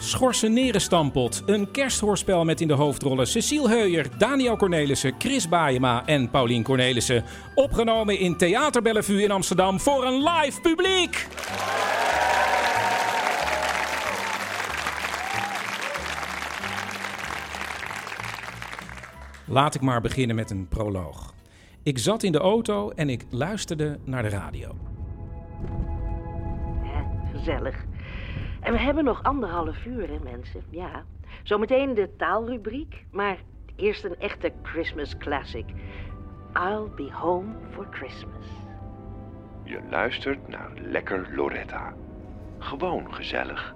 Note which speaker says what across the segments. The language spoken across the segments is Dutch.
Speaker 1: Schorseneren stampot. Een kersthoorspel met in de hoofdrollen Cecile Heuier, Daniel Cornelissen, Chris Baaema en Paulien Cornelissen. Opgenomen in Theater Bellevue in Amsterdam voor een live publiek. Laat ik maar beginnen met een proloog. Ik zat in de auto en ik luisterde naar de radio.
Speaker 2: Hè, gezellig. En we hebben nog anderhalf uur, hè, mensen. Ja. Zometeen de taalrubriek, maar eerst een echte Christmas classic. I'll be home for Christmas.
Speaker 3: Je luistert naar Lekker Loretta. Gewoon gezellig.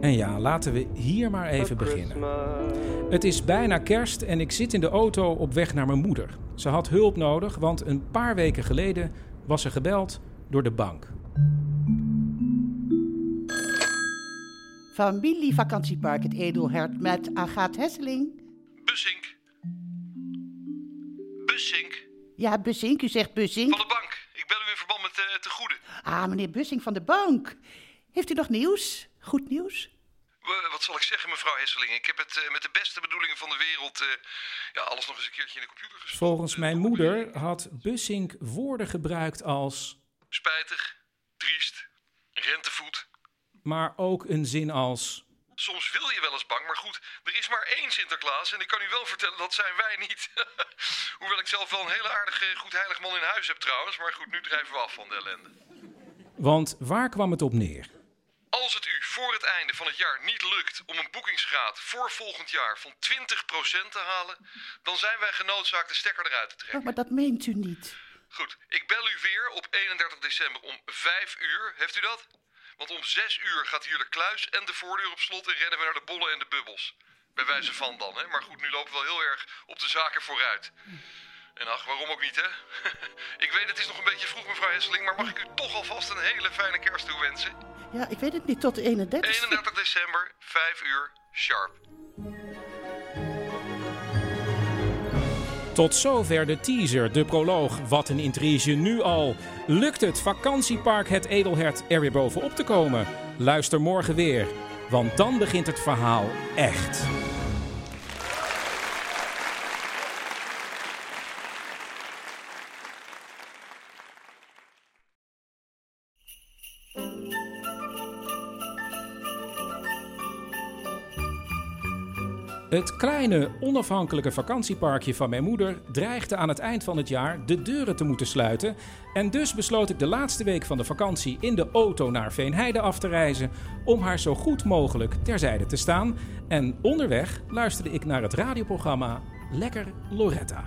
Speaker 1: En ja, laten we hier maar even beginnen. Het is bijna kerst en ik zit in de auto op weg naar mijn moeder. Ze had hulp nodig, want een paar weken geleden was ze gebeld door de bank.
Speaker 4: Familievakantiepark Het Edelhert met Agaat Hesseling.
Speaker 5: Bussink. Bussink.
Speaker 4: Ja, Bussink, u zegt
Speaker 5: Van
Speaker 4: Bussink.
Speaker 5: de bank. Ik bel u in verband met eh te goede.
Speaker 4: Ah, meneer Bussink van de bank. Heeft u nog nieuws? Goed nieuws?
Speaker 5: W- wat zal ik zeggen, mevrouw Hesseling? Ik heb het eh, met de beste bedoelingen van de wereld... eh, ja, alles nog eens een keertje in de computer gestopt.
Speaker 1: Volgens
Speaker 5: Eh,
Speaker 1: mijn moeder had Bussink woorden gebruikt als,
Speaker 5: Spijtig. Triest. Rentevoet.
Speaker 1: maar ook een zin als.
Speaker 5: Soms wil je wel eens bang, maar goed, er is maar één Sinterklaas... en ik kan u wel vertellen, dat zijn wij niet. Hoewel ik zelf wel een hele aardige, goed heilig man in huis heb trouwens... maar goed, nu drijven we af van de ellende.
Speaker 1: Want waar kwam het op neer?
Speaker 5: Als het u voor het einde van het jaar niet lukt om een boekingsgraad voor volgend jaar van 20% te halen, dan zijn wij genoodzaakt de stekker eruit te trekken.
Speaker 4: Oh, maar dat meent u niet.
Speaker 5: Goed, ik bel u weer op 31 december om 5 uur. Heeft u dat? Want om 6 uur gaat hier de kluis en de voordeur op slot en rennen we naar de bollen en de bubbels. Bij wijze van dan, hè? Maar goed, nu lopen we wel heel erg op de zaken vooruit. En ach, waarom ook niet, hè? ik weet, het is nog een beetje vroeg, mevrouw Hesseling, maar mag ik u toch alvast een hele fijne kerst toewensen?
Speaker 4: Ja, ik weet het niet, tot de 31
Speaker 5: 31 december, 5 uur, sharp.
Speaker 1: Tot zover de teaser, de proloog. Wat een intrige nu al. Lukt het vakantiepark Het Edelhert er weer bovenop te komen? Luister morgen weer, want dan begint het verhaal echt. Het kleine onafhankelijke vakantieparkje van mijn moeder dreigde aan het eind van het jaar de deuren te moeten sluiten. En dus besloot ik de laatste week van de vakantie in de auto naar Veenheide af te reizen. om haar zo goed mogelijk terzijde te staan. En onderweg luisterde ik naar het radioprogramma Lekker Loretta.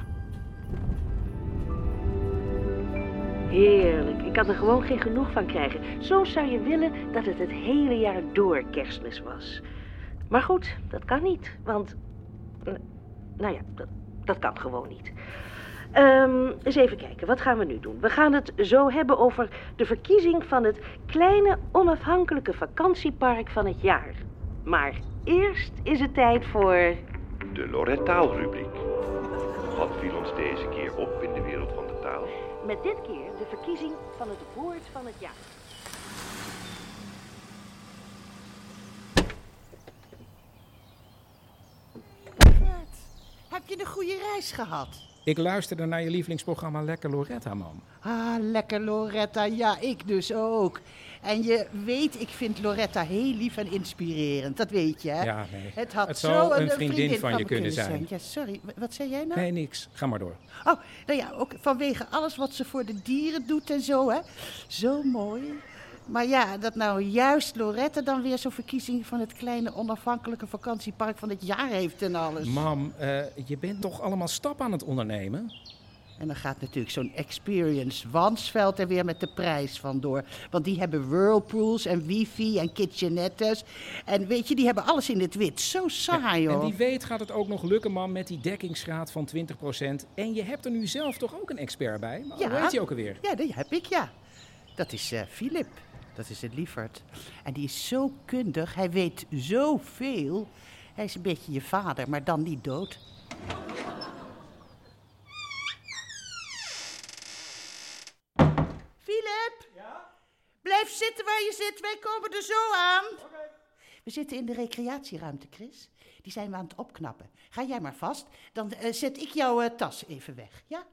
Speaker 2: Heerlijk. Ik kan er gewoon geen genoeg van krijgen. Zo zou je willen dat het het hele jaar door kerstmis was. Maar goed, dat kan niet, want... n- Nou ja, dat, dat kan gewoon niet. Ehm, eens even kijken, wat gaan we nu doen? We gaan het zo hebben over de verkiezing van het kleine onafhankelijke vakantiepark van het jaar. Maar eerst is het tijd voor...
Speaker 3: De Loretta taalrubriek. Wat viel ons deze keer op in de wereld van de taal?
Speaker 2: Met dit keer de verkiezing van het woord van het jaar.
Speaker 4: Heb je een goede reis gehad?
Speaker 1: Ik luisterde naar je lievelingsprogramma Lekker Loretta, man.
Speaker 4: Ah, lekker Loretta. Ja, ik dus ook. En je weet, ik vind Loretta heel lief en inspirerend. Dat weet je, hè?
Speaker 1: Ja, nee.
Speaker 4: Het had
Speaker 1: Het
Speaker 4: zo
Speaker 1: zou
Speaker 4: een,
Speaker 1: een
Speaker 4: een
Speaker 1: vriendin van
Speaker 4: van
Speaker 1: je
Speaker 4: me
Speaker 1: kunnen zijn.
Speaker 4: Ja, sorry. W- Wat zei jij nou?
Speaker 1: Nee, niks. Ga maar door.
Speaker 4: Oh, nou ja, ook vanwege alles wat ze voor de dieren doet en zo, hè. Zo mooi. Maar ja, dat nou juist Loretta dan weer zo'n verkiezing van het kleine onafhankelijke vakantiepark van het jaar heeft en alles.
Speaker 1: Mam, eh, je bent toch allemaal stap aan het ondernemen?
Speaker 4: En dan gaat natuurlijk zo'n Experience Wansveld er weer met de prijs vandoor. Want die hebben whirlpools en wifi en kitchenettes. En weet je, die hebben alles in het wit. Zo saai,
Speaker 1: En
Speaker 4: hoor.
Speaker 1: wie weet gaat het ook nog lukken, man, met die dekkingsgraad van 20%. En je hebt er nu zelf toch ook een expert bij? Maar Hoe
Speaker 4: Ja.
Speaker 1: heet oh, hij ook alweer?
Speaker 4: Ja, die heb ik, ja. Dat is eh, Philip. Dat is een lieverd. En die is zo kundig. Hij weet zoveel. Hij is een beetje je vader, maar dan niet dood. Philip! Blijf zitten waar je zit. Wij komen er zo aan. We zitten in de recreatieruimte, Chris. Die zijn we aan het opknappen. Ga jij maar vast. Dan eh, zet ik jouw eh, tas even weg, ja?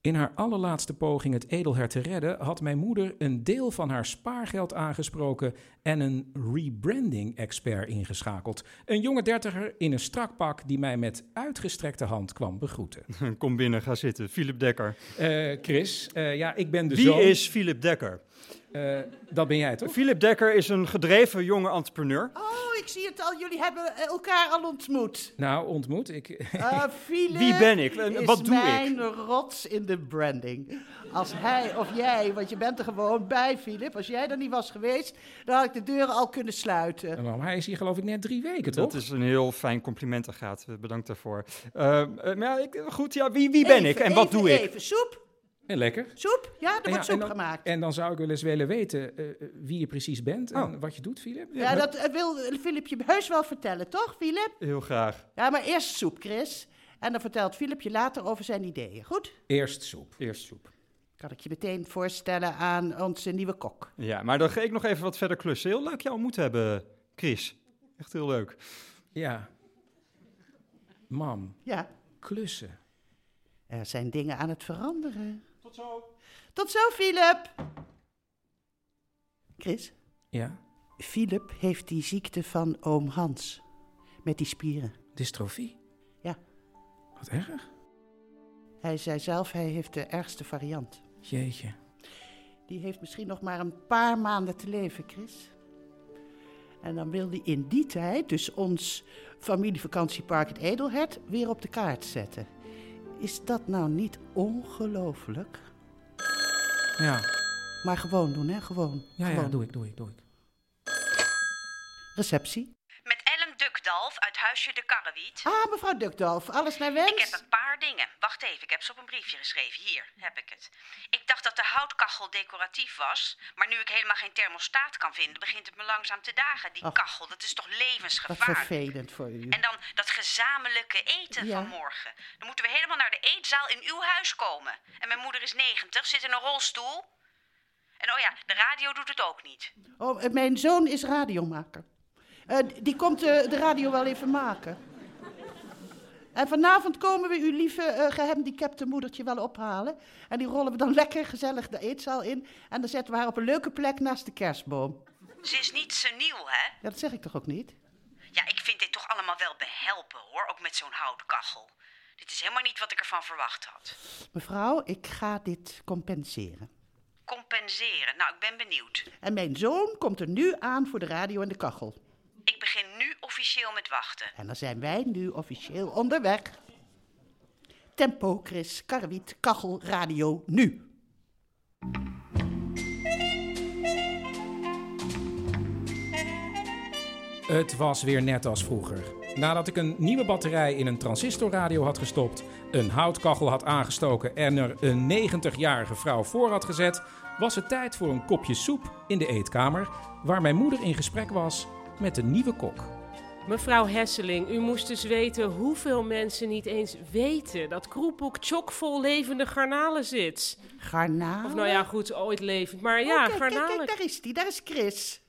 Speaker 1: In haar allerlaatste poging het edelhert te redden, had mijn moeder een deel van haar spaargeld aangesproken en een rebranding-expert ingeschakeld. Een jonge dertiger in een strak pak die mij met uitgestrekte hand kwam begroeten.
Speaker 6: Kom binnen, ga zitten. Philip Dekker.
Speaker 1: Eh, Chris, eh, ja, ik ben de
Speaker 6: Wie
Speaker 1: zoon.
Speaker 6: is Philip Dekker?
Speaker 1: Eh, dat ben jij toch?
Speaker 6: Philip Dekker is een gedreven jonge entrepreneur.
Speaker 4: Oh, ik zie het al. Jullie hebben eh, elkaar al ontmoet.
Speaker 1: Nou, ontmoet. Ik,
Speaker 4: Eh Philip
Speaker 6: Wie ben ik? En
Speaker 4: is
Speaker 6: wat doe ik?
Speaker 4: mijn rots in de branding. Als hij of jij, want je bent er gewoon bij, Philip. Als jij er niet was geweest, dan had ik de deuren al kunnen sluiten.
Speaker 1: Maar hij is hier geloof ik net drie weken, toch?
Speaker 6: Dat is een heel fijn compliment, Agathe. Bedankt daarvoor. Eh, eh, maar ja, ik, goed, ja, wie, wie ben ik en wat
Speaker 4: even,
Speaker 6: doe ik?
Speaker 4: Even, soep,
Speaker 1: En Eh, lekker.
Speaker 4: soep. Ja, er
Speaker 1: Ja,
Speaker 4: wordt soep
Speaker 1: dan,
Speaker 4: gemaakt.
Speaker 1: En dan zou ik wel eens willen weten eh, eh, wie je precies bent en
Speaker 6: Oh.
Speaker 1: wat je doet, Philip.
Speaker 4: Ja, dat eh, wil eh, Philip je heus wel vertellen, toch, Philip?
Speaker 6: Heel graag.
Speaker 4: Ja, maar eerst soep, Chris. En dan vertelt Philip je later over zijn ideeën. Goed?
Speaker 1: Eerst soep.
Speaker 6: Eerst soep.
Speaker 4: Kan ik je meteen voorstellen aan onze nieuwe kok.
Speaker 6: Ja, maar dan ga ik nog even wat verder klussen. Heel leuk jou ontmoet hebben, Chris. Echt heel leuk.
Speaker 1: Ja. Mam,
Speaker 4: Ja,
Speaker 1: klussen.
Speaker 4: er zijn dingen aan het veranderen.
Speaker 6: Tot zo.
Speaker 4: Tot zo, Philip. Chris,
Speaker 1: Ja.
Speaker 4: Philip heeft die ziekte van oom Hans. Met die spieren.
Speaker 1: Dystrofie.
Speaker 4: Ja.
Speaker 1: Wat erg.
Speaker 4: Hij zei zelf, hij heeft de ergste variant.
Speaker 1: Jeetje.
Speaker 4: Die heeft misschien nog maar een paar maanden te leven, Chris. En dan wil hij in die tijd dus ons familievakantiepark het Edelhert weer op de kaart zetten. Is dat nou niet ongelooflijk?
Speaker 1: Ja.
Speaker 4: Maar gewoon doen, hè? Gewoon.
Speaker 1: Ja, ja,
Speaker 4: gewoon.
Speaker 1: doe ik, doe ik, doe ik.
Speaker 4: Receptie.
Speaker 7: Met Ellen Dukdalf uit Huisje de Karrewiet.
Speaker 4: Ah, mevrouw Dukdalf, alles naar wens?
Speaker 7: Ik heb een paar dingen. Wacht even, ik heb ze op een briefje geschreven. Hier heb ik het. Ik dacht dat de houtkachel decoratief was. Maar nu ik helemaal geen thermostaat kan vinden, begint het me langzaam te dagen. Die
Speaker 4: Ach.
Speaker 7: kachel, dat is toch
Speaker 4: Wat
Speaker 7: levensgevaarlijk?
Speaker 4: vervelend voor u.
Speaker 7: En dan dat gezamenlijke eten
Speaker 4: Ja.
Speaker 7: van morgen. Dan moeten we helemaal naar de eetzaal in uw huis komen. En mijn moeder is 90, zit in een rolstoel. En oh ja, de radio doet het ook niet.
Speaker 4: Oh, eh, mijn zoon is radiomaker. Eh, die komt eh, de radio wel even maken. En vanavond komen we uw lieve eh, gehandicapte moedertje wel ophalen. En die rollen we dan lekker gezellig de eetzaal in. En dan zetten we haar op een leuke plek naast de kerstboom.
Speaker 7: Ze is niet seniel, hè?
Speaker 4: Ja, dat zeg ik toch ook niet?
Speaker 7: Ja, ik vind dit toch allemaal wel behelpen hoor, ook met zo'n houtkachel. Dit is helemaal niet wat ik ervan verwacht had.
Speaker 4: Mevrouw, ik ga dit compenseren.
Speaker 7: Compenseren, nou ik ben benieuwd.
Speaker 4: En mijn zoon komt er nu aan voor de radio en de kachel.
Speaker 7: Ik begin nu officieel met wachten.
Speaker 4: En dan zijn wij nu officieel onderweg. Tempo, Chris, karwiet, kachel, radio, nu.
Speaker 1: Het was weer net als vroeger. Nadat ik een nieuwe batterij in een transistorradio had gestopt, een houtkachel had aangestoken en er een 90-jarige vrouw voor had gezet, was het tijd voor een kopje soep in de eetkamer, waar mijn moeder in gesprek was met een nieuwe kok.
Speaker 8: Mevrouw Hesseling, u moest dus weten hoeveel mensen niet eens weten dat kroepboek chockvol levende garnalen zit.
Speaker 4: Garnalen.
Speaker 8: Of nou ja, goed, ooit levend, maar
Speaker 4: Oh,
Speaker 8: ja,
Speaker 4: kijk,
Speaker 8: garnalen.
Speaker 4: Kijk, kijk, daar is die, daar is Chris.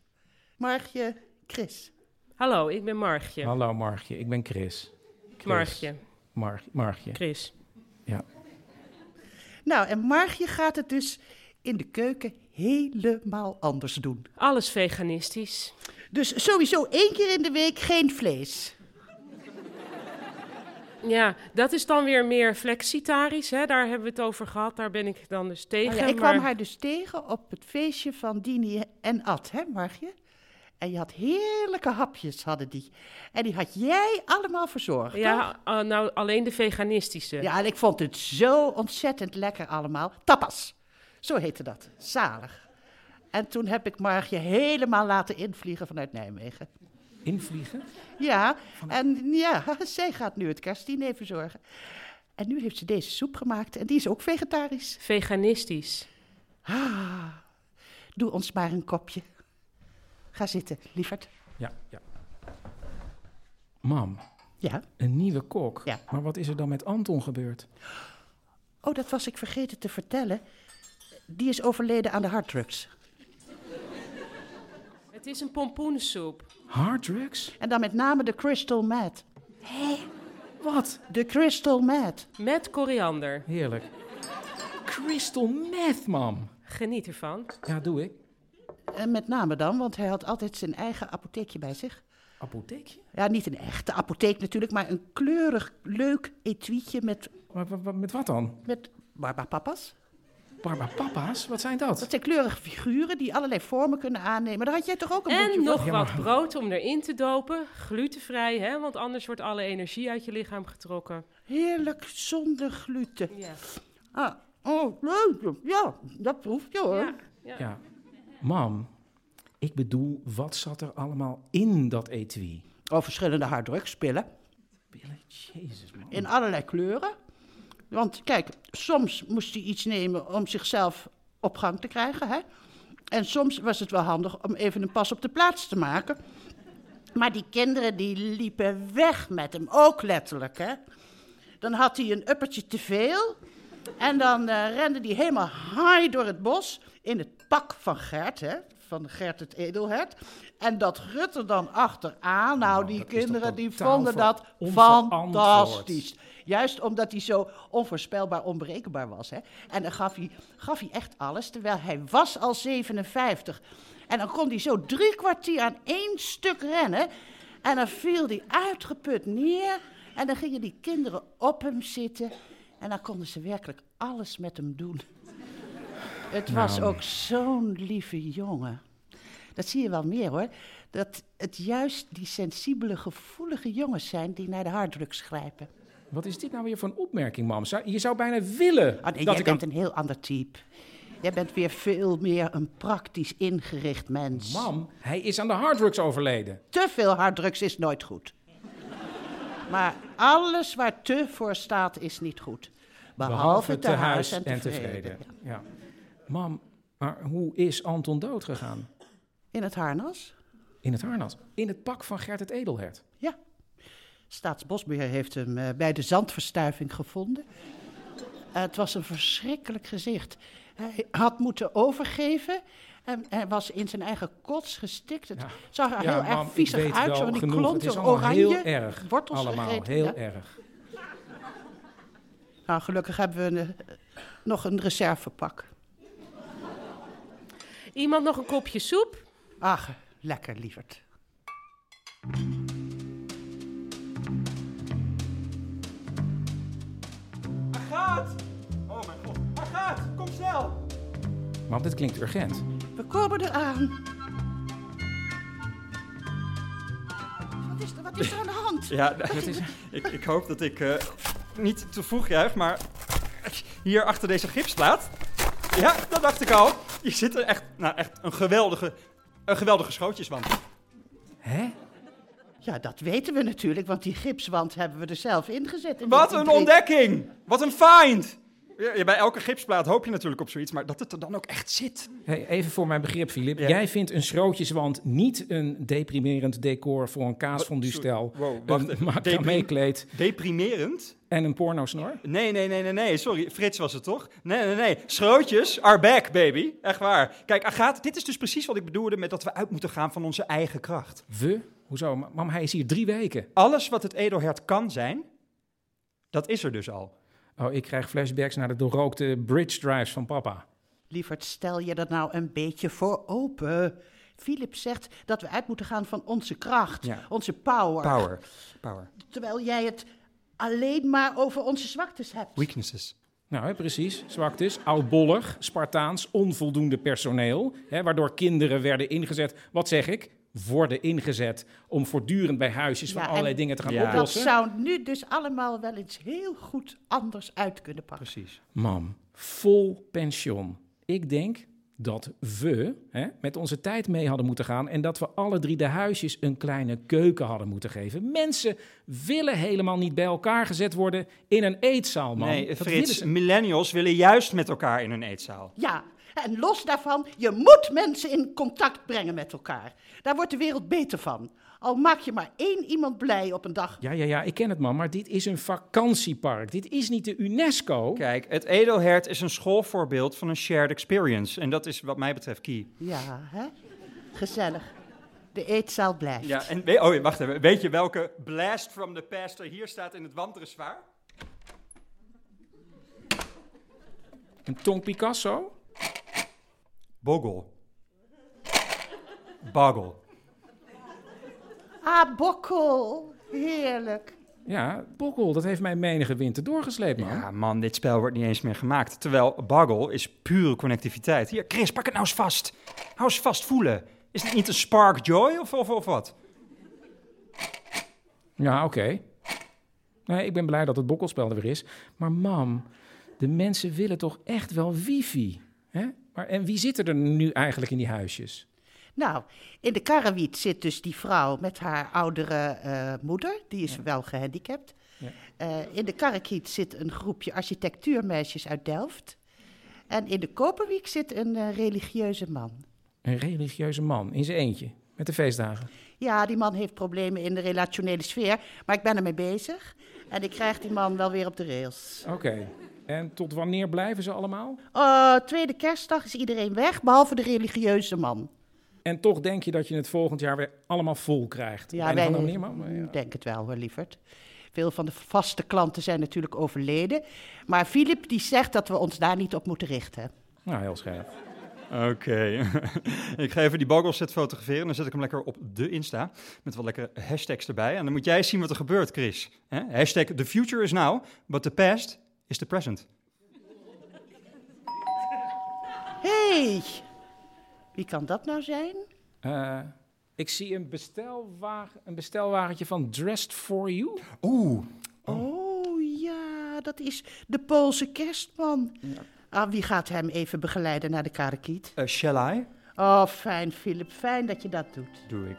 Speaker 4: Margje, Chris.
Speaker 8: Hallo, ik ben Margje.
Speaker 1: Hallo Margje, ik ben Chris. Chris.
Speaker 8: Margje.
Speaker 1: Mar Margje.
Speaker 8: Chris.
Speaker 1: Ja.
Speaker 4: Nou, en Margje gaat het dus in de keuken helemaal anders doen.
Speaker 8: Alles veganistisch.
Speaker 4: Dus sowieso één keer in de week geen vlees.
Speaker 8: Ja, dat is dan weer meer flexitarisch. Hè? Daar hebben we het over gehad. Daar ben ik dan dus tegen.
Speaker 4: Nou ja, ik
Speaker 8: maar-
Speaker 4: kwam haar dus tegen op het feestje van Dini en Ad, hè Margje? En je had heerlijke hapjes, hadden die. En die had jij allemaal verzorgd, toch?
Speaker 8: Ja, eh, nou alleen de veganistische.
Speaker 4: Ja, en ik vond het zo ontzettend lekker allemaal. Tapas, zo heette dat. Zalig. En toen heb ik Margje helemaal laten invliegen vanuit Nijmegen.
Speaker 1: Invliegen?
Speaker 4: Ja, en ja, zij gaat nu het kerstdiner verzorgen. En nu heeft ze deze soep gemaakt en die is ook vegetarisch.
Speaker 8: Veganistisch.
Speaker 4: Ah, doe ons maar een kopje. Ga zitten, lieverd.
Speaker 1: Ja, ja. Mam.
Speaker 4: Ja?
Speaker 1: Een nieuwe kok. Maar wat is er dan met Anton gebeurd?
Speaker 4: Oh, dat was ik vergeten te vertellen. Die is overleden aan de harddrugs.
Speaker 8: Het is een pompoensoep.
Speaker 1: Harddrugs?
Speaker 4: En dan met name de crystal meth.
Speaker 8: Hé,
Speaker 1: wat?
Speaker 4: De crystal meth.
Speaker 8: Met koriander.
Speaker 1: Heerlijk. Crystal meth, mam.
Speaker 8: Geniet ervan.
Speaker 1: Ja, doe ik.
Speaker 4: En met name dan, want hij had altijd zijn eigen apotheekje bij zich.
Speaker 1: Apotheekje?
Speaker 4: Ja, niet een echte apotheek natuurlijk, maar een kleurig, leuk etuietje met...
Speaker 1: met wat dan?
Speaker 4: Met barbapapas.
Speaker 1: Barbapapas? Wat zijn dat?
Speaker 4: Dat zijn kleurige figuren die allerlei vormen kunnen aannemen. Daar had jij toch ook een boekje
Speaker 8: En
Speaker 4: van?
Speaker 8: nog wat brood om erin te dopen. Glutenvrij, hè? want anders wordt alle energie uit je lichaam getrokken.
Speaker 4: Heerlijk zonder gluten. Ah, oh, leuk. Ja, dat proef je hoor.
Speaker 8: Ja.
Speaker 1: Ja. Mam, ik bedoel, wat zat er allemaal in dat etui?
Speaker 4: Oh, verschillende harddrugspillen.
Speaker 1: Jezus, man.
Speaker 4: In allerlei kleuren. Want kijk, soms moest hij iets nemen om zichzelf op gang te krijgen. Hè? En soms was het wel handig om even een pas op de plaats te maken. Maar die kinderen die liepen weg met hem, ook letterlijk. Hè? Dan had hij een uppertje te veel. En dan eh, rende hij helemaal high door het bos in het pak van Gert, hè? van Gert het Edelhert. En dat rutte dan achteraan. Nou, die kinderen die
Speaker 1: totaal
Speaker 4: vonden dat
Speaker 1: ver- onverantwoord.
Speaker 4: fantastisch. Juist omdat hij zo onvoorspelbaar onberekenbaar was. Hè? En dan gaf hij, gaf hij echt alles, terwijl hij was al 57. En dan kon hij zo drie kwartier aan één stuk rennen. En dan viel hij uitgeput neer. En dan gingen die kinderen op hem zitten. En dan konden ze werkelijk alles met hem doen. Het was
Speaker 9: Nou.
Speaker 4: ook zo'n lieve jongen. Dat zie je wel meer hoor. Dat het juist die sensibele, gevoelige jongens zijn die naar de harddrugs grijpen.
Speaker 1: Wat is dit nou weer voor een opmerking, mam? Zou- Je zou bijna willen
Speaker 4: Ah, nee,
Speaker 1: dat
Speaker 4: jij
Speaker 1: ik aan-
Speaker 4: bent een heel ander type. Jij bent weer veel meer een praktisch ingericht mens.
Speaker 1: Mam, hij is aan de harddrugs overleden.
Speaker 4: Te veel harddrugs is nooit goed. Maar alles waar te voor staat is niet goed. Behalve, te huis en tevreden.
Speaker 1: Ja. Mam, maar hoe is Anton dood gegaan?
Speaker 4: In het harnas?
Speaker 1: In het harnas. In het pak van Gert het Edelhert.
Speaker 4: Ja. Staatsbosbeheer heeft hem eh, bij de zandverstuiving gevonden. Eh, het was een verschrikkelijk gezicht. Hij had moeten overgeven. En hij was in zijn eigen kots gestikt. Het zag er
Speaker 1: Ja,
Speaker 4: heel
Speaker 1: mam,
Speaker 4: erg
Speaker 1: ik
Speaker 4: viezig
Speaker 1: weet
Speaker 4: uit.
Speaker 1: wel
Speaker 4: Zo van die
Speaker 1: genoeg. Het is
Speaker 4: klonten
Speaker 1: allemaal
Speaker 4: oranje
Speaker 1: heel erg.
Speaker 4: wortels
Speaker 1: allemaal
Speaker 4: gegeten,
Speaker 1: heel
Speaker 4: ja.
Speaker 1: erg.
Speaker 4: Nou, gelukkig hebben we een, eh, nog een reservepak.
Speaker 8: Iemand nog een kopje soep?
Speaker 4: Ach, lekker lieverd.
Speaker 10: Agathe! Oh mijn god. Agathe, kom snel!
Speaker 1: Mam, dit klinkt urgent.
Speaker 4: We komen eraan. Wat is er, wat is er aan de hand?
Speaker 6: Ja, dat is, ik, ik hoop dat ik eh, niet te vroeg juich, maar hier achter deze gipsplaat. Ja, dat dacht ik al. Je zit er echt, nou echt een geweldige, een geweldige schootjeswand.
Speaker 1: Hè?
Speaker 4: Ja, dat weten we natuurlijk, want die gipswand hebben we er zelf ingezet. in
Speaker 6: Wat
Speaker 4: dit
Speaker 6: een
Speaker 4: idee.
Speaker 6: ontdekking! Wat een find! Ja, ja, bij elke gipsplaat hoop je natuurlijk op zoiets, maar dat het er dan ook echt zit.
Speaker 1: Hey, even voor mijn begrip, Filip. Jij vindt een schrootjeswand niet een deprimerend decor voor een kaasfondue-stel.
Speaker 6: Oh, Wow, wacht
Speaker 1: een
Speaker 6: even.
Speaker 1: macramé-kleed
Speaker 6: Deprimerend?
Speaker 1: en een pornosnor?
Speaker 6: Nee, nee, nee, nee, nee. Sorry, Frits was het toch? Nee, nee, nee. Schrootjes are back, baby. Echt waar. Kijk, Agathe, dit is dus precies wat ik bedoelde met dat we uit moeten gaan van onze eigen kracht.
Speaker 1: We? Hoezo? Ma- Mam, hij is hier drie weken.
Speaker 6: Alles wat het edelhert kan zijn, Dat is er dus al.
Speaker 1: Oh, ik krijg flashbacks naar de doorrookte bridge drives van papa.
Speaker 4: Lieverd, stel je dat nou een beetje voor open. Philip zegt dat we uit moeten gaan van onze kracht,
Speaker 6: Ja.
Speaker 4: onze power.
Speaker 6: Power. Power.
Speaker 4: Terwijl jij het alleen maar over onze zwaktes hebt.
Speaker 6: Weaknesses.
Speaker 1: Nou, hè, precies. Zwaktes, oudbollig, Spartaans, onvoldoende personeel. Hè, waardoor kinderen werden ingezet. Wat zeg ik? Worden ingezet om voortdurend bij huisjes van
Speaker 4: Ja,
Speaker 1: allerlei
Speaker 4: en
Speaker 1: dingen te gaan
Speaker 4: Dat
Speaker 1: oplossen.
Speaker 4: zou nu dus allemaal wel eens heel goed anders uit kunnen pakken.
Speaker 6: Precies.
Speaker 1: Mam, vol pension. Ik denk dat we hè, met onze tijd mee hadden moeten gaan en dat we alle drie de huisjes een kleine keuken hadden moeten geven. Mensen willen helemaal niet bij elkaar gezet worden in een eetzaal, man.
Speaker 6: nee,
Speaker 1: Dat willen
Speaker 6: Frits,
Speaker 1: ze-
Speaker 6: millennials willen juist met elkaar in een eetzaal.
Speaker 4: Ja, en los daarvan, je moet mensen in contact brengen met elkaar. Daar wordt de wereld beter van. Al maak je maar één iemand blij op een dag.
Speaker 1: Ja, ja, ja, ik ken het, man, maar dit is een vakantiepark. Dit is niet de UNESCO.
Speaker 6: Kijk, het Edelhert is een schoolvoorbeeld van een shared experience. En dat is wat mij betreft key.
Speaker 4: Ja, hè? Gezellig. De eetzaal blijft.
Speaker 6: Ja, en we- oh, wacht even. Weet je welke blast from the past er hier staat in het wandressoir?
Speaker 1: Een Tong Picasso?
Speaker 6: Bogel. Bogel.
Speaker 4: Ah, bokkel. Heerlijk.
Speaker 1: Ja, Bokkel, dat heeft mij menige winter doorgesleept, man.
Speaker 6: Ja, man, dit spel wordt niet eens meer gemaakt. Terwijl Boggle is pure connectiviteit. Hier, Chris, pak het nou eens vast. Hou eens vast voelen. Is dit niet een spark joy of, of, of wat?
Speaker 1: Ja, oké. Nee, ik ben blij dat het bokkelspel er weer is. Maar mam, de mensen willen toch echt wel wifi? Hè? Maar, en wie zitten er nu eigenlijk in die huisjes?
Speaker 4: Nou, in de karrewiet zit dus die vrouw met haar oudere eh, moeder. Die is wel gehandicapt.
Speaker 1: Ja.
Speaker 4: Eh, in de karrekiet zit een groepje architectuurmeisjes uit Delft. En in de koperwiek zit een eh, religieuze man.
Speaker 1: Een religieuze man in zijn eentje, met de feestdagen.
Speaker 4: Ja, die man heeft problemen in de relationele sfeer, maar ik ben ermee bezig. En ik krijg die man wel weer op de rails.
Speaker 1: Oké. En tot wanneer blijven ze allemaal?
Speaker 4: Eh, tweede kerstdag is iedereen weg, behalve de religieuze man.
Speaker 1: En toch denk je dat je het volgend jaar weer allemaal vol krijgt? Op
Speaker 4: Ja,
Speaker 1: een of
Speaker 4: wij
Speaker 1: andere manier, mam.
Speaker 4: mm, denk het wel hoor, lieverd. Veel van de vaste klanten zijn natuurlijk overleden. Maar Filip die zegt dat we ons daar niet op moeten richten.
Speaker 1: Nou, heel scherp.
Speaker 6: Oké. ik ga even die Boggle set fotograferen. Dan zet ik hem lekker op de Insta. Met wat lekkere hashtags erbij. En dan moet jij zien wat er gebeurt, Chris. Hè? Hashtag the future is now, but the past is the present.
Speaker 4: Hé, hey, wie kan dat nou zijn?
Speaker 1: Eh, ik zie een, bestelwagen, een bestelwagentje van Dressed for You.
Speaker 6: Oeh.
Speaker 4: Oh ja, dat is de Poolse kerstman. Ah, wie gaat hem even begeleiden naar de karekiet?
Speaker 6: Eh, shall I?
Speaker 4: Oh, fijn, Filip, fijn dat je dat doet.
Speaker 6: Doe ik.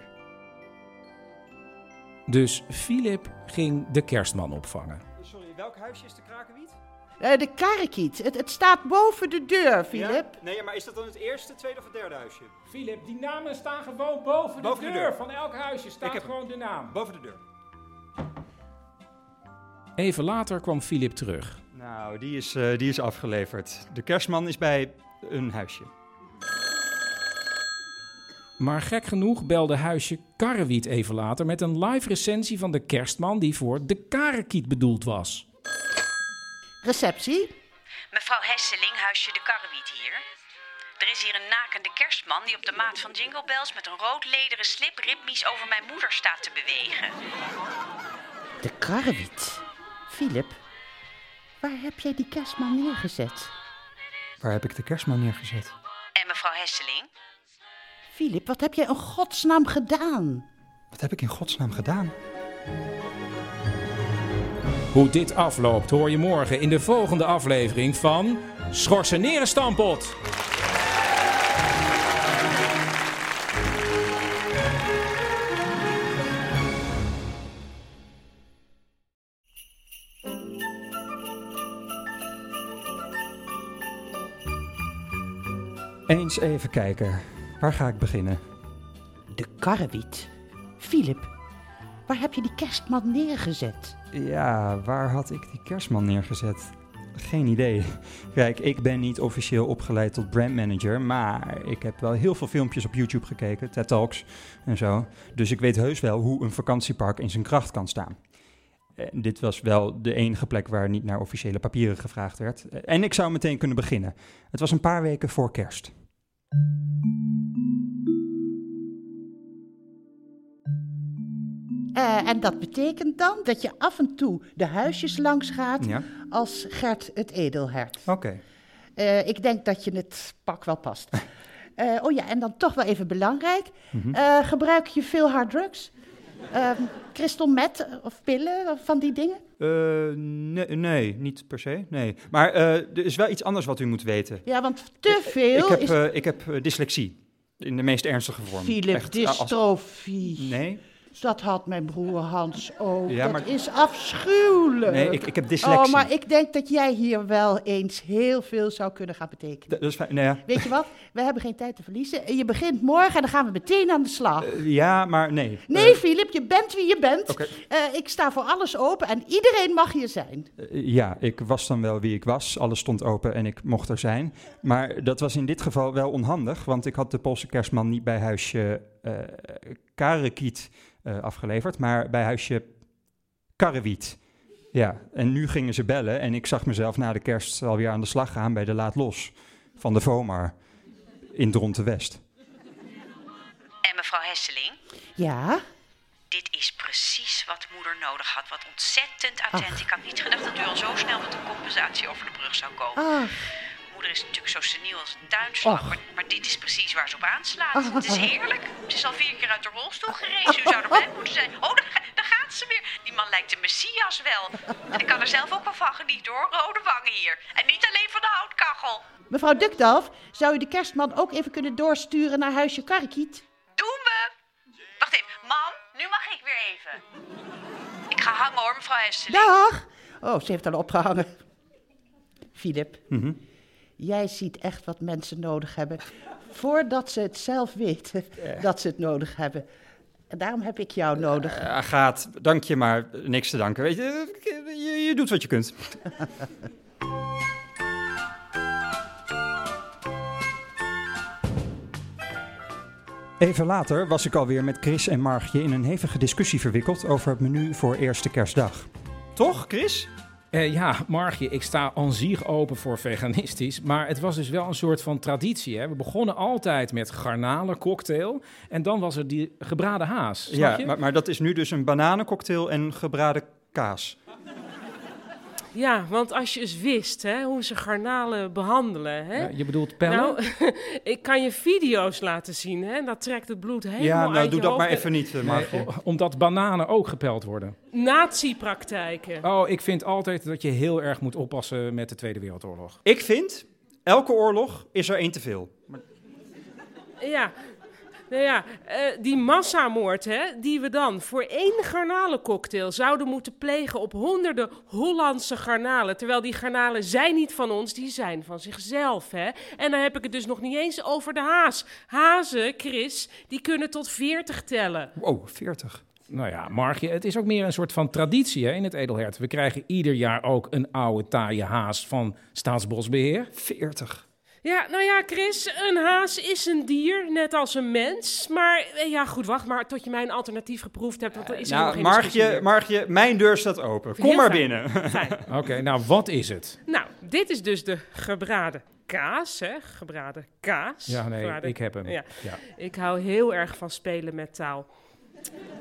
Speaker 1: Dus Philip ging de kerstman opvangen.
Speaker 6: Sorry, welk huisje is de krakenwiet?
Speaker 4: Eh, de karekiet, het, het staat boven de deur, Filip.
Speaker 6: Nee, maar is dat dan het eerste, tweede of het derde huisje?
Speaker 1: Philip, die namen staan gewoon boven,
Speaker 6: Boven
Speaker 1: de,
Speaker 6: de
Speaker 1: deur.
Speaker 6: deur.
Speaker 1: Van elk huisje staat
Speaker 6: Ik heb hem.
Speaker 1: gewoon de naam.
Speaker 6: Boven de deur.
Speaker 1: Even later kwam Philip terug.
Speaker 6: Nou, die is, eh, die is afgeleverd. De kerstman is bij een huisje.
Speaker 1: Maar gek genoeg belde huisje Karrewiet even later met een live recensie van de kerstman die voor de karekiet bedoeld was.
Speaker 4: Receptie?
Speaker 7: Mevrouw Hesseling, huisje de Karrewiet hier. Er is hier een nakende kerstman die op de maat van Jingle Bells met een rood lederen slip ritmisch over mijn moeder staat te bewegen.
Speaker 4: De karrewiet. Filip, waar heb jij die kerstman neergezet?
Speaker 6: Waar heb ik de kerstman neergezet?
Speaker 7: En mevrouw Hesseling?
Speaker 4: Filip, wat heb jij in godsnaam gedaan?
Speaker 6: Wat heb ik in godsnaam gedaan?
Speaker 1: Hoe dit afloopt hoor je morgen in de volgende aflevering van Schorseneren Stampot.
Speaker 6: Eens even kijken. Waar ga ik beginnen?
Speaker 4: De karrewiet. Filip, waar heb je die kerstman neergezet?
Speaker 6: Ja, waar had ik die kerstman neergezet? Geen idee. Kijk, ik ben niet officieel opgeleid tot brandmanager, maar ik heb wel heel veel filmpjes op YouTube gekeken, TED Talks en zo. Dus ik weet heus wel hoe een vakantiepark in zijn kracht kan staan. Eh, dit was wel de enige plek waar niet naar officiële papieren gevraagd werd. Eh, en ik zou meteen kunnen beginnen. Het was een paar weken voor kerst.
Speaker 4: Eh, en dat betekent dan dat je af en toe de huisjes langs gaat
Speaker 6: Ja.
Speaker 4: als Gert het edelhert.
Speaker 6: Oké.
Speaker 4: Eh, ik denk dat je het pak wel past. Eh, oh ja, en dan toch wel even belangrijk.
Speaker 6: Mhm.
Speaker 4: eh, gebruik je veel harddrugs? Ehm crystal meth of pillen of van die dingen?
Speaker 6: Eh, nee, niet per se. Nee. Maar eh, er is wel iets anders wat u moet weten.
Speaker 4: Ja, want te veel
Speaker 6: Ik heb,
Speaker 4: is
Speaker 6: eh, ik heb eh, dyslexie. In de meest ernstige vorm.
Speaker 4: Philip
Speaker 6: Echt, eh, als-
Speaker 4: dystrofie.
Speaker 6: Nee.
Speaker 4: Dat had mijn broer Hans ook.
Speaker 6: Ja,
Speaker 4: dat
Speaker 6: maar-
Speaker 4: is afschuwelijk.
Speaker 6: Nee, ik- ik heb dyslexie.
Speaker 4: Oh, maar ik denk dat jij hier wel eens heel veel zou kunnen gaan betekenen.
Speaker 6: Dat, dat is fijn. Nou ja.
Speaker 4: Weet je wat? We hebben geen tijd te verliezen. Eh, Je begint morgen en dan gaan we meteen aan de slag.
Speaker 6: ja, maar nee.
Speaker 4: Nee, Filip, je bent wie je bent.
Speaker 6: Eh, Oké.
Speaker 4: Eh, ik sta voor alles open en iedereen mag hier zijn.
Speaker 6: Eh, ja, ik was dan wel wie ik was. Alles stond open en ik mocht er zijn. Maar dat was in dit geval wel onhandig, want ik had de Poolse kerstman niet bij huisje eh Karekiet eh, afgeleverd, maar bij huisje Karrewiet. Ja, en nu gingen ze bellen en ik zag mezelf na de kerst alweer aan de slag gaan bij de Laat Los van de Vomar in Dronten West.
Speaker 7: En mevrouw Hesseling,
Speaker 4: Ja?
Speaker 7: dit is precies wat moeder nodig had. Wat ontzettend attent. Ik had niet gedacht dat u al zo snel met een compensatie over de brug zou komen.
Speaker 4: Ach.
Speaker 7: Moeder is natuurlijk zo seniel als een tuinslag.
Speaker 4: Och.
Speaker 7: Maar, maar dit is precies waar ze op aanslaat.
Speaker 4: Ach.
Speaker 7: Het is heerlijk. Ze is al vier keer uit de rolstoel gerezen. U zou er blij moeten zijn. Oh, daar, ga- daar gaat ze weer. Die man lijkt de messias wel. En ik kan er zelf ook wel van genieten hoor. Rode wangen hier. En niet alleen van de houtkachel.
Speaker 4: Mevrouw Dukdalf, zou u de kerstman ook even kunnen doorsturen naar huisje Karkiet?
Speaker 7: Doen we? Wacht even. Mam, nu mag ik weer even. Ik ga hangen hoor, mevrouw Hesseling.
Speaker 4: Dag! Oh, ze heeft al opgehangen. Filip,
Speaker 6: Mhm.
Speaker 4: jij ziet echt wat mensen nodig hebben. Voordat ze het zelf weten dat ze het nodig hebben. En daarom heb ik jou nodig.
Speaker 6: Eh, Agaat, dank je, maar eh, niks te danken. Weet je, eh, je, je doet wat je kunt. Even later was ik alweer met Chris en Margje in een hevige discussie verwikkeld over het menu voor eerste kerstdag. Toch, Chris?
Speaker 1: Eh, ja, Margje, ik sta aan zich open voor veganistisch. Maar het was dus wel een soort van traditie. Hè? We begonnen altijd met garnalencocktail. En dan was er die gebraden haas. Snap
Speaker 6: ja,
Speaker 1: je?
Speaker 6: maar, maar dat is nu dus een bananencocktail en gebraden kaas.
Speaker 8: Ja, want als je eens wist hè, hoe ze garnalen behandelen. Hè?
Speaker 1: Ja, je bedoelt pellen?
Speaker 8: Nou, ik kan je video's laten zien. Hè? en Dat trekt het bloed helemaal
Speaker 6: Ja, nou
Speaker 8: uit
Speaker 6: doe
Speaker 8: je
Speaker 6: dat maar
Speaker 8: hoofd.
Speaker 6: even niet, eh, Margje.
Speaker 1: Nee, o- omdat bananen ook gepeld worden.
Speaker 8: Nazi-praktijken.
Speaker 1: Oh, ik vind altijd dat je heel erg moet oppassen met de Tweede Wereldoorlog.
Speaker 6: Ik vind, elke oorlog is er één te veel.
Speaker 8: Ja. Nou ja, eh, die massamoord hè, die we dan voor één garnalencocktail zouden moeten plegen op honderden Hollandse garnalen. Terwijl die garnalen zijn niet van ons, die zijn van zichzelf. Hè. En dan heb ik het dus nog niet eens over de haas. Hazen, Chris, die kunnen tot veertig tellen.
Speaker 6: Wow, 40.
Speaker 1: Nou ja, Margje, het is ook meer een soort van traditie hè, in het edelhert. We krijgen ieder jaar ook een oude taaie haas van Staatsbosbeheer.
Speaker 6: 40.
Speaker 8: Ja, nou ja, Chris, een haas is een dier, net als een mens. Maar eh, ja, goed, wacht maar tot je mijn alternatief geproefd hebt, want dan is er nog
Speaker 6: Nou,
Speaker 8: geen
Speaker 6: Margje,
Speaker 8: discussie meer.
Speaker 6: Margje, mijn deur staat open. Kom
Speaker 8: Heel
Speaker 6: maar
Speaker 8: fijn.
Speaker 6: binnen.
Speaker 1: Oké, nou wat is het?
Speaker 8: Nou, dit is dus de gebraden kaas, hè? Gebraden kaas.
Speaker 1: Ja, nee,
Speaker 8: Gebraden-
Speaker 1: ik heb hem.
Speaker 8: Ja.
Speaker 1: Ja.
Speaker 8: Ik hou heel erg van spelen met taal.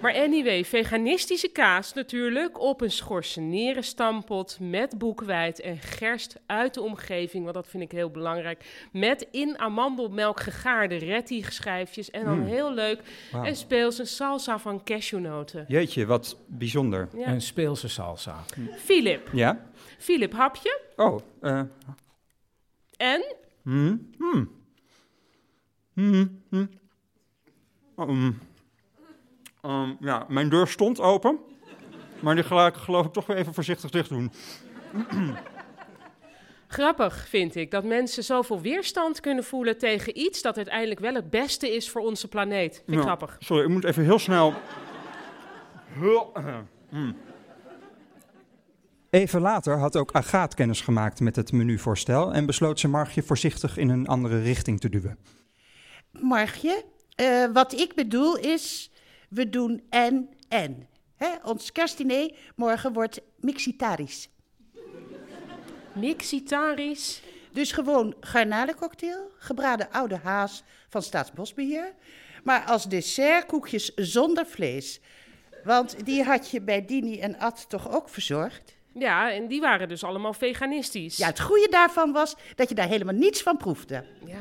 Speaker 8: Maar anyway, veganistische kaas natuurlijk op een schorseneren stampot met boekweit en gerst uit de omgeving, want dat vind ik heel belangrijk. Met in amandelmelk gegaarde retti-schijfjes en dan
Speaker 6: Mm.
Speaker 8: heel leuk
Speaker 6: Wauw.
Speaker 8: en speels een salsa van cashewnoten.
Speaker 6: Jeetje, wat bijzonder.
Speaker 8: Ja. Een
Speaker 1: speelse salsa.
Speaker 8: Filip,
Speaker 6: Ja?
Speaker 8: Filip hapje
Speaker 6: Oh, eh.
Speaker 8: en
Speaker 6: hmm, hmm.
Speaker 1: Mhm.
Speaker 6: Hmm, hmm. Oh, mm. Ehm, ja, mijn deur stond open. Maar die ga ik geloof ik toch weer even voorzichtig dicht doen.
Speaker 8: Grappig vind ik dat mensen zoveel weerstand kunnen voelen tegen iets dat uiteindelijk wel het beste is voor onze planeet. Vind ik
Speaker 6: Ja,
Speaker 8: grappig.
Speaker 6: Nou, Sorry, ik moet even heel snel. Heel- Hmm. Even later had ook Agaat kennis gemaakt met het menuvoorstel en besloot ze Margje voorzichtig in een andere richting te duwen.
Speaker 4: Margje, eh, wat ik bedoel is, we doen en en. Hè? Ons kerstdiner morgen wordt mixitarisch.
Speaker 8: Mixitarisch?
Speaker 4: Dus gewoon garnalencocktail, gebraden oude haas van Staatsbosbeheer. Maar als dessert koekjes zonder vlees. Want die had je bij Dini en Ad toch ook verzorgd?
Speaker 8: Ja, en die waren dus allemaal veganistisch.
Speaker 4: Ja, het goede daarvan was dat je daar helemaal niets van proefde.
Speaker 8: Ja.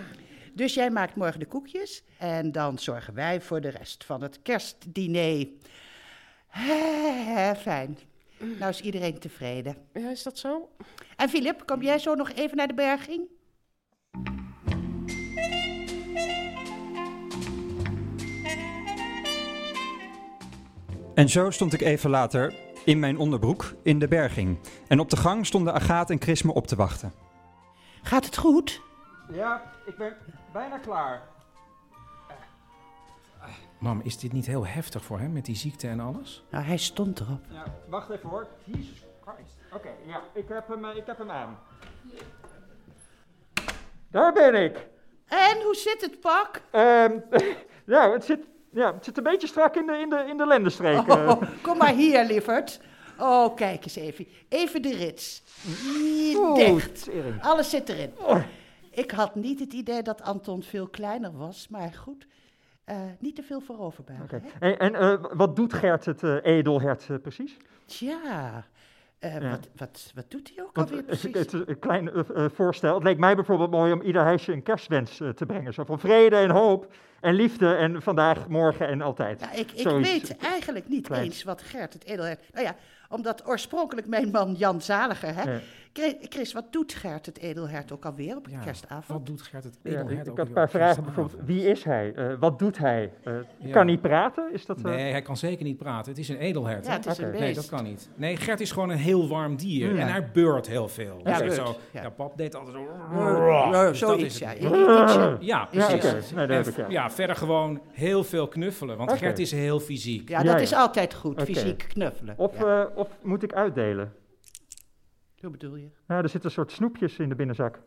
Speaker 4: Dus jij maakt morgen de koekjes en dan zorgen wij voor de rest van het kerstdiner. Hè, fijn. Nou is iedereen tevreden.
Speaker 8: Ja, is dat zo?
Speaker 4: En Filip, kom jij zo nog even naar de berging?
Speaker 6: En zo stond ik even later, in mijn onderbroek, in de berging. En op de gang stonden Agaat en Chris me op te wachten.
Speaker 4: Gaat het goed?
Speaker 6: Ja, ik ben bijna klaar.
Speaker 1: Mam, is dit niet heel heftig voor hem met die ziekte en alles?
Speaker 4: Nou, hij stond erop.
Speaker 6: Ja, wacht even hoor. Jesus Christ. Oké, ja, ik heb, hem, eh, ik heb hem aan. Daar ben ik.
Speaker 4: En hoe zit het pak?
Speaker 6: Ehm, ja, het zit, ja, het zit een beetje strak in de, in de, in de lendenstreek. eh.
Speaker 4: Oh, kom maar hier, lieverd. Oh, kijk eens even. Even de rits. Niet
Speaker 6: Oeh,
Speaker 4: dicht.
Speaker 6: tering.
Speaker 4: Alles zit erin.
Speaker 6: Oh.
Speaker 4: Ik had niet het idee dat Anton veel kleiner was, maar goed. eh, niet te veel vooroverbuigen.
Speaker 6: Oké.
Speaker 4: hè?
Speaker 6: En, en eh, wat doet Gert, het eh, edelhert, eh, precies?
Speaker 4: Tja, eh,
Speaker 6: Ja.
Speaker 4: Wat, wat, wat doet hij ook
Speaker 6: Want,
Speaker 4: alweer
Speaker 6: eh,
Speaker 4: precies?
Speaker 6: het is een klein eh, eh, voorstel. Het leek mij bijvoorbeeld mooi om ieder huisje een kerstwens eh, te brengen. Zo van vrede en hoop en liefde en vandaag, morgen en altijd.
Speaker 4: Ja, ik, ik
Speaker 6: Zoiets.
Speaker 4: weet eigenlijk niet
Speaker 6: kleins.
Speaker 4: eens wat Gert het Edelhert... Nou ja, omdat oorspronkelijk mijn man Jan Zaliger... Hè?
Speaker 6: Ja.
Speaker 4: Chris- Chris, wat doet Gert het Edelhert ook alweer op kerstavond?
Speaker 1: Wat doet Gert het
Speaker 6: Ja,
Speaker 1: edelhert
Speaker 6: ik,
Speaker 1: ook
Speaker 6: ik had
Speaker 1: weer
Speaker 6: een paar
Speaker 1: op
Speaker 6: vragen.
Speaker 1: kerstavond?
Speaker 6: Bijvoorbeeld, wie is hij? Eh, wat doet hij? Eh,
Speaker 1: Ja.
Speaker 6: Kan hij praten? Is dat, eh,
Speaker 1: Nee, hij kan zeker niet praten. Het is een edelhert.
Speaker 4: Ja,
Speaker 1: hè?
Speaker 4: het is een
Speaker 1: Nee, dat
Speaker 4: beest.
Speaker 1: kan niet. Nee, Gert is gewoon een heel warm dier.
Speaker 4: Ja.
Speaker 1: En hij beurt heel veel.
Speaker 4: Ja,
Speaker 1: Dus hij
Speaker 4: beurt,
Speaker 1: zo,
Speaker 4: ja.
Speaker 1: ja. pap deed altijd zo...
Speaker 4: Ja, ja,
Speaker 1: Dus dat
Speaker 4: zoiets,
Speaker 1: is
Speaker 4: ja.
Speaker 1: het.
Speaker 4: I- ietsje.
Speaker 1: Ja,
Speaker 4: Ja,
Speaker 1: precies.
Speaker 4: oké.
Speaker 6: Nee, dat
Speaker 1: En
Speaker 6: heb
Speaker 1: v-
Speaker 6: ik, ja.
Speaker 1: ja. verder gewoon heel veel knuffelen. Want
Speaker 6: Oké.
Speaker 1: Gert is heel fysiek.
Speaker 4: Ja,
Speaker 6: Ja,
Speaker 4: dat
Speaker 6: ja.
Speaker 4: is altijd goed,
Speaker 6: Oké.
Speaker 4: fysiek knuffelen.
Speaker 6: Of,
Speaker 4: ja.
Speaker 6: eh, of moet ik uitdelen?
Speaker 4: Hoe bedoel je?
Speaker 6: Nou, er zitten een soort snoepjes in de binnenzak.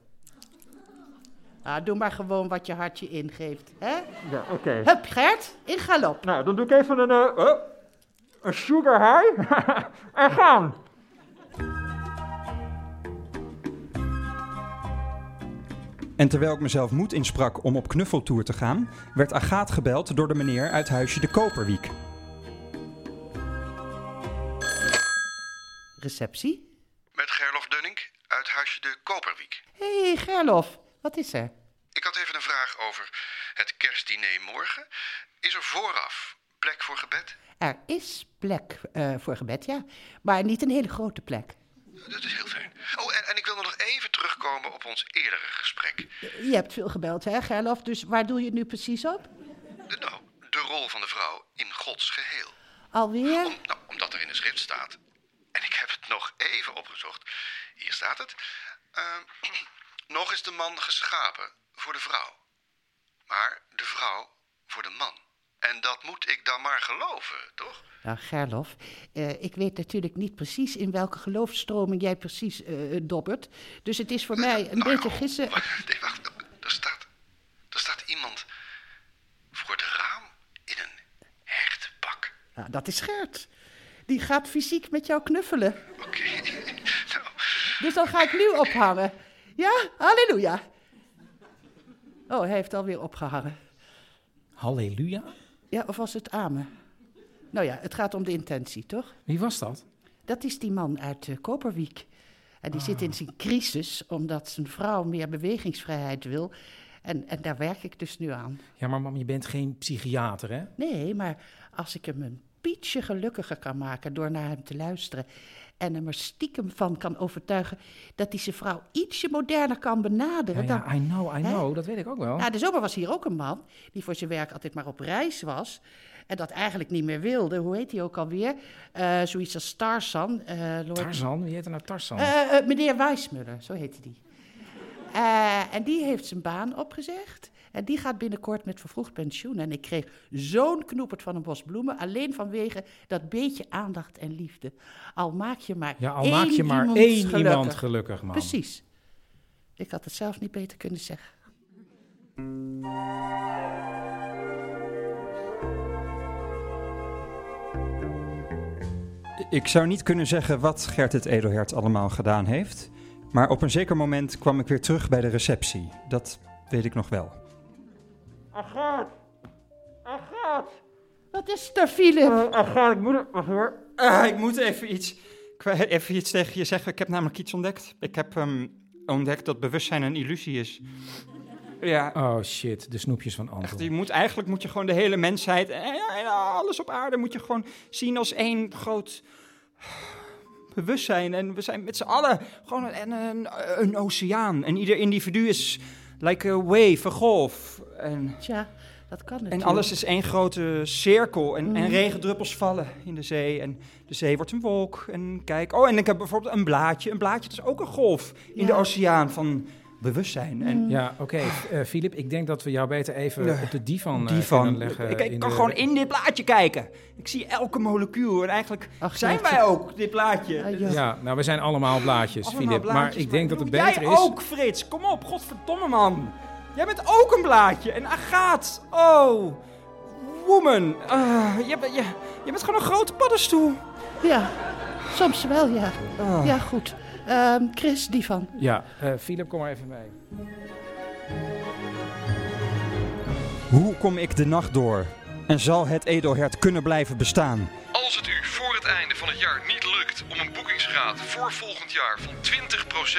Speaker 4: Ah, doe maar gewoon wat je hartje ingeeft. Hè?
Speaker 6: Ja, oké.
Speaker 4: Hup, Gert, in galop.
Speaker 6: Nou, dan doe ik even een, eh, oh, een sugar high en gaan. En terwijl ik mezelf moed insprak om op knuffeltour te gaan, werd Agaat gebeld door de meneer uit huisje de Koperwiek.
Speaker 4: Receptie?
Speaker 5: Met Gerlof Dunning uit Huisje de Koperwiek.
Speaker 4: Hé, hey, Gerlof, wat is er?
Speaker 5: Ik had even een vraag over het kerstdiner morgen. Is er vooraf plek voor gebed?
Speaker 4: Er is plek eh, voor gebed, ja. Maar niet een hele grote plek.
Speaker 5: Dat is heel fijn. Oh, en, en ik wil nog even terugkomen op ons eerdere gesprek.
Speaker 4: Je hebt veel gebeld, hè, Gerlof? Dus waar doe je het nu precies op?
Speaker 5: De, nou, de rol van de vrouw in Gods geheel.
Speaker 4: Alweer?
Speaker 5: Nou, omdat er in de schrift staat. En ik heb het nog even opgezocht. Hier staat het. ehm, nog is de man geschapen voor de vrouw. Maar de vrouw voor de man. En dat moet ik dan maar geloven, toch?
Speaker 4: Nou, Gerlof, eh, ik weet natuurlijk niet precies in welke geloofstroming jij precies eh eh, dobbert. Dus het is voor mij een beetje gissen.
Speaker 5: Nee, wacht. Er staat, er staat iemand voor het raam in een hertenpak.
Speaker 4: Nou, dat is Gert. Die gaat fysiek met jou knuffelen.
Speaker 5: Oké. Nou.
Speaker 4: Dus dan ga ik nu ophangen. Ja, halleluja. Oh, hij heeft alweer opgehangen.
Speaker 1: Halleluja.
Speaker 4: Ja, of was het amen? Nou ja, het gaat om de intentie, toch?
Speaker 1: Wie was dat?
Speaker 4: Dat is die man uit eh, Koperwiek. En die
Speaker 1: Ah.
Speaker 4: zit in zijn crisis omdat zijn vrouw meer bewegingsvrijheid wil. En, en daar werk ik dus nu aan.
Speaker 1: Ja, maar mam, je bent geen psychiater, hè?
Speaker 4: Nee, maar als ik hem een pietje gelukkiger kan maken door naar hem te luisteren. En hem er stiekem van kan overtuigen dat hij zijn vrouw ietsje moderner kan
Speaker 1: Ja,
Speaker 4: benaderen. dan,
Speaker 1: ja, I know, I
Speaker 4: Hè?
Speaker 1: know. Dat weet ik ook wel.
Speaker 4: Nou, de zomer was hier ook een man die voor zijn werk altijd maar op reis was. En dat eigenlijk niet meer wilde. Hoe heet hij ook alweer? Eh, zoiets als Tarzan. eh, Lord-
Speaker 1: Tarzan? Wie heet er nou Tarzan?
Speaker 4: Eh, eh, meneer Weismuller, zo heette die. Eh, en die heeft zijn baan opgezegd. En die gaat binnenkort met vervroegd pensioen. En ik kreeg zo'n knoepert van een bos bloemen. Alleen vanwege dat beetje aandacht en liefde. Al maak je maar
Speaker 1: ja, al
Speaker 4: één
Speaker 1: maak je maar
Speaker 4: iemand
Speaker 1: één
Speaker 4: gelukkig.
Speaker 1: iemand gelukkig, man.
Speaker 4: Precies. Ik had het zelf niet beter kunnen zeggen.
Speaker 6: Ik zou niet kunnen zeggen wat Gert het Edelhert allemaal gedaan heeft. Maar op een zeker moment kwam ik weer terug bij de receptie. Dat weet ik nog wel.
Speaker 10: Agathe. Agathe.
Speaker 4: Wat is er, Philip?
Speaker 6: Agathe, Eh, ik moet... Wacht hoor. Ah, ik moet even iets, ik wou even iets tegen je zeggen. Ik heb namelijk iets ontdekt. Ik heb ehm, ontdekt dat bewustzijn een illusie is.
Speaker 4: eh.
Speaker 6: Ja.
Speaker 1: Oh shit, de snoepjes van Anton.
Speaker 6: Echt, je moet, eigenlijk moet je gewoon de hele mensheid en en alles op aarde moet je gewoon zien als één groot bewustzijn. En we zijn met z'n allen gewoon een, een, een oceaan. En ieder individu is like a wave, een golf. En,
Speaker 4: Tja, dat kan
Speaker 6: en
Speaker 4: natuurlijk.
Speaker 6: alles is één grote cirkel. En, en
Speaker 4: Mm.
Speaker 6: regendruppels vallen in de zee. En de zee wordt een wolk. En kijk, oh, en ik heb bijvoorbeeld een blaadje. Een blaadje dat is ook een golf in de
Speaker 1: Ja.
Speaker 6: oceaan van bewustzijn. En, Ah,
Speaker 1: Ja, oké. eh, Filip, ik denk dat we jou beter even
Speaker 6: Ja.
Speaker 1: op de divan, eh,
Speaker 6: Divan.
Speaker 1: kunnen leggen.
Speaker 6: Ik, ik
Speaker 1: in
Speaker 6: kan
Speaker 1: de-
Speaker 6: gewoon in dit plaatje kijken. Ik zie elke molecuul. En eigenlijk zijn
Speaker 1: jeetje.
Speaker 6: wij ook dit plaatje. Dus-
Speaker 1: Ja, nou, we zijn allemaal blaadjes,
Speaker 6: Allemaal
Speaker 1: Filip. Maar
Speaker 6: blaadjes,
Speaker 1: ik denk dat het
Speaker 6: Jij
Speaker 1: beter is...
Speaker 6: ook, Frits. Kom op, godverdomme man. Jij bent ook een blaadje. En Agaat. Oh, woman. Ah, je, bent- je, je bent gewoon een grote paddenstoel.
Speaker 4: Ja, soms wel, ja.
Speaker 6: Ah.
Speaker 4: Ja, goed. Ehm, Chris, die van.
Speaker 1: Ja, eh, Filip, kom maar even mee.
Speaker 6: Hoe kom ik de nacht door? En zal het edelhert kunnen blijven bestaan?
Speaker 5: Als het u voor het einde van het jaar niet lukt om een boekingsgraad voor volgend jaar van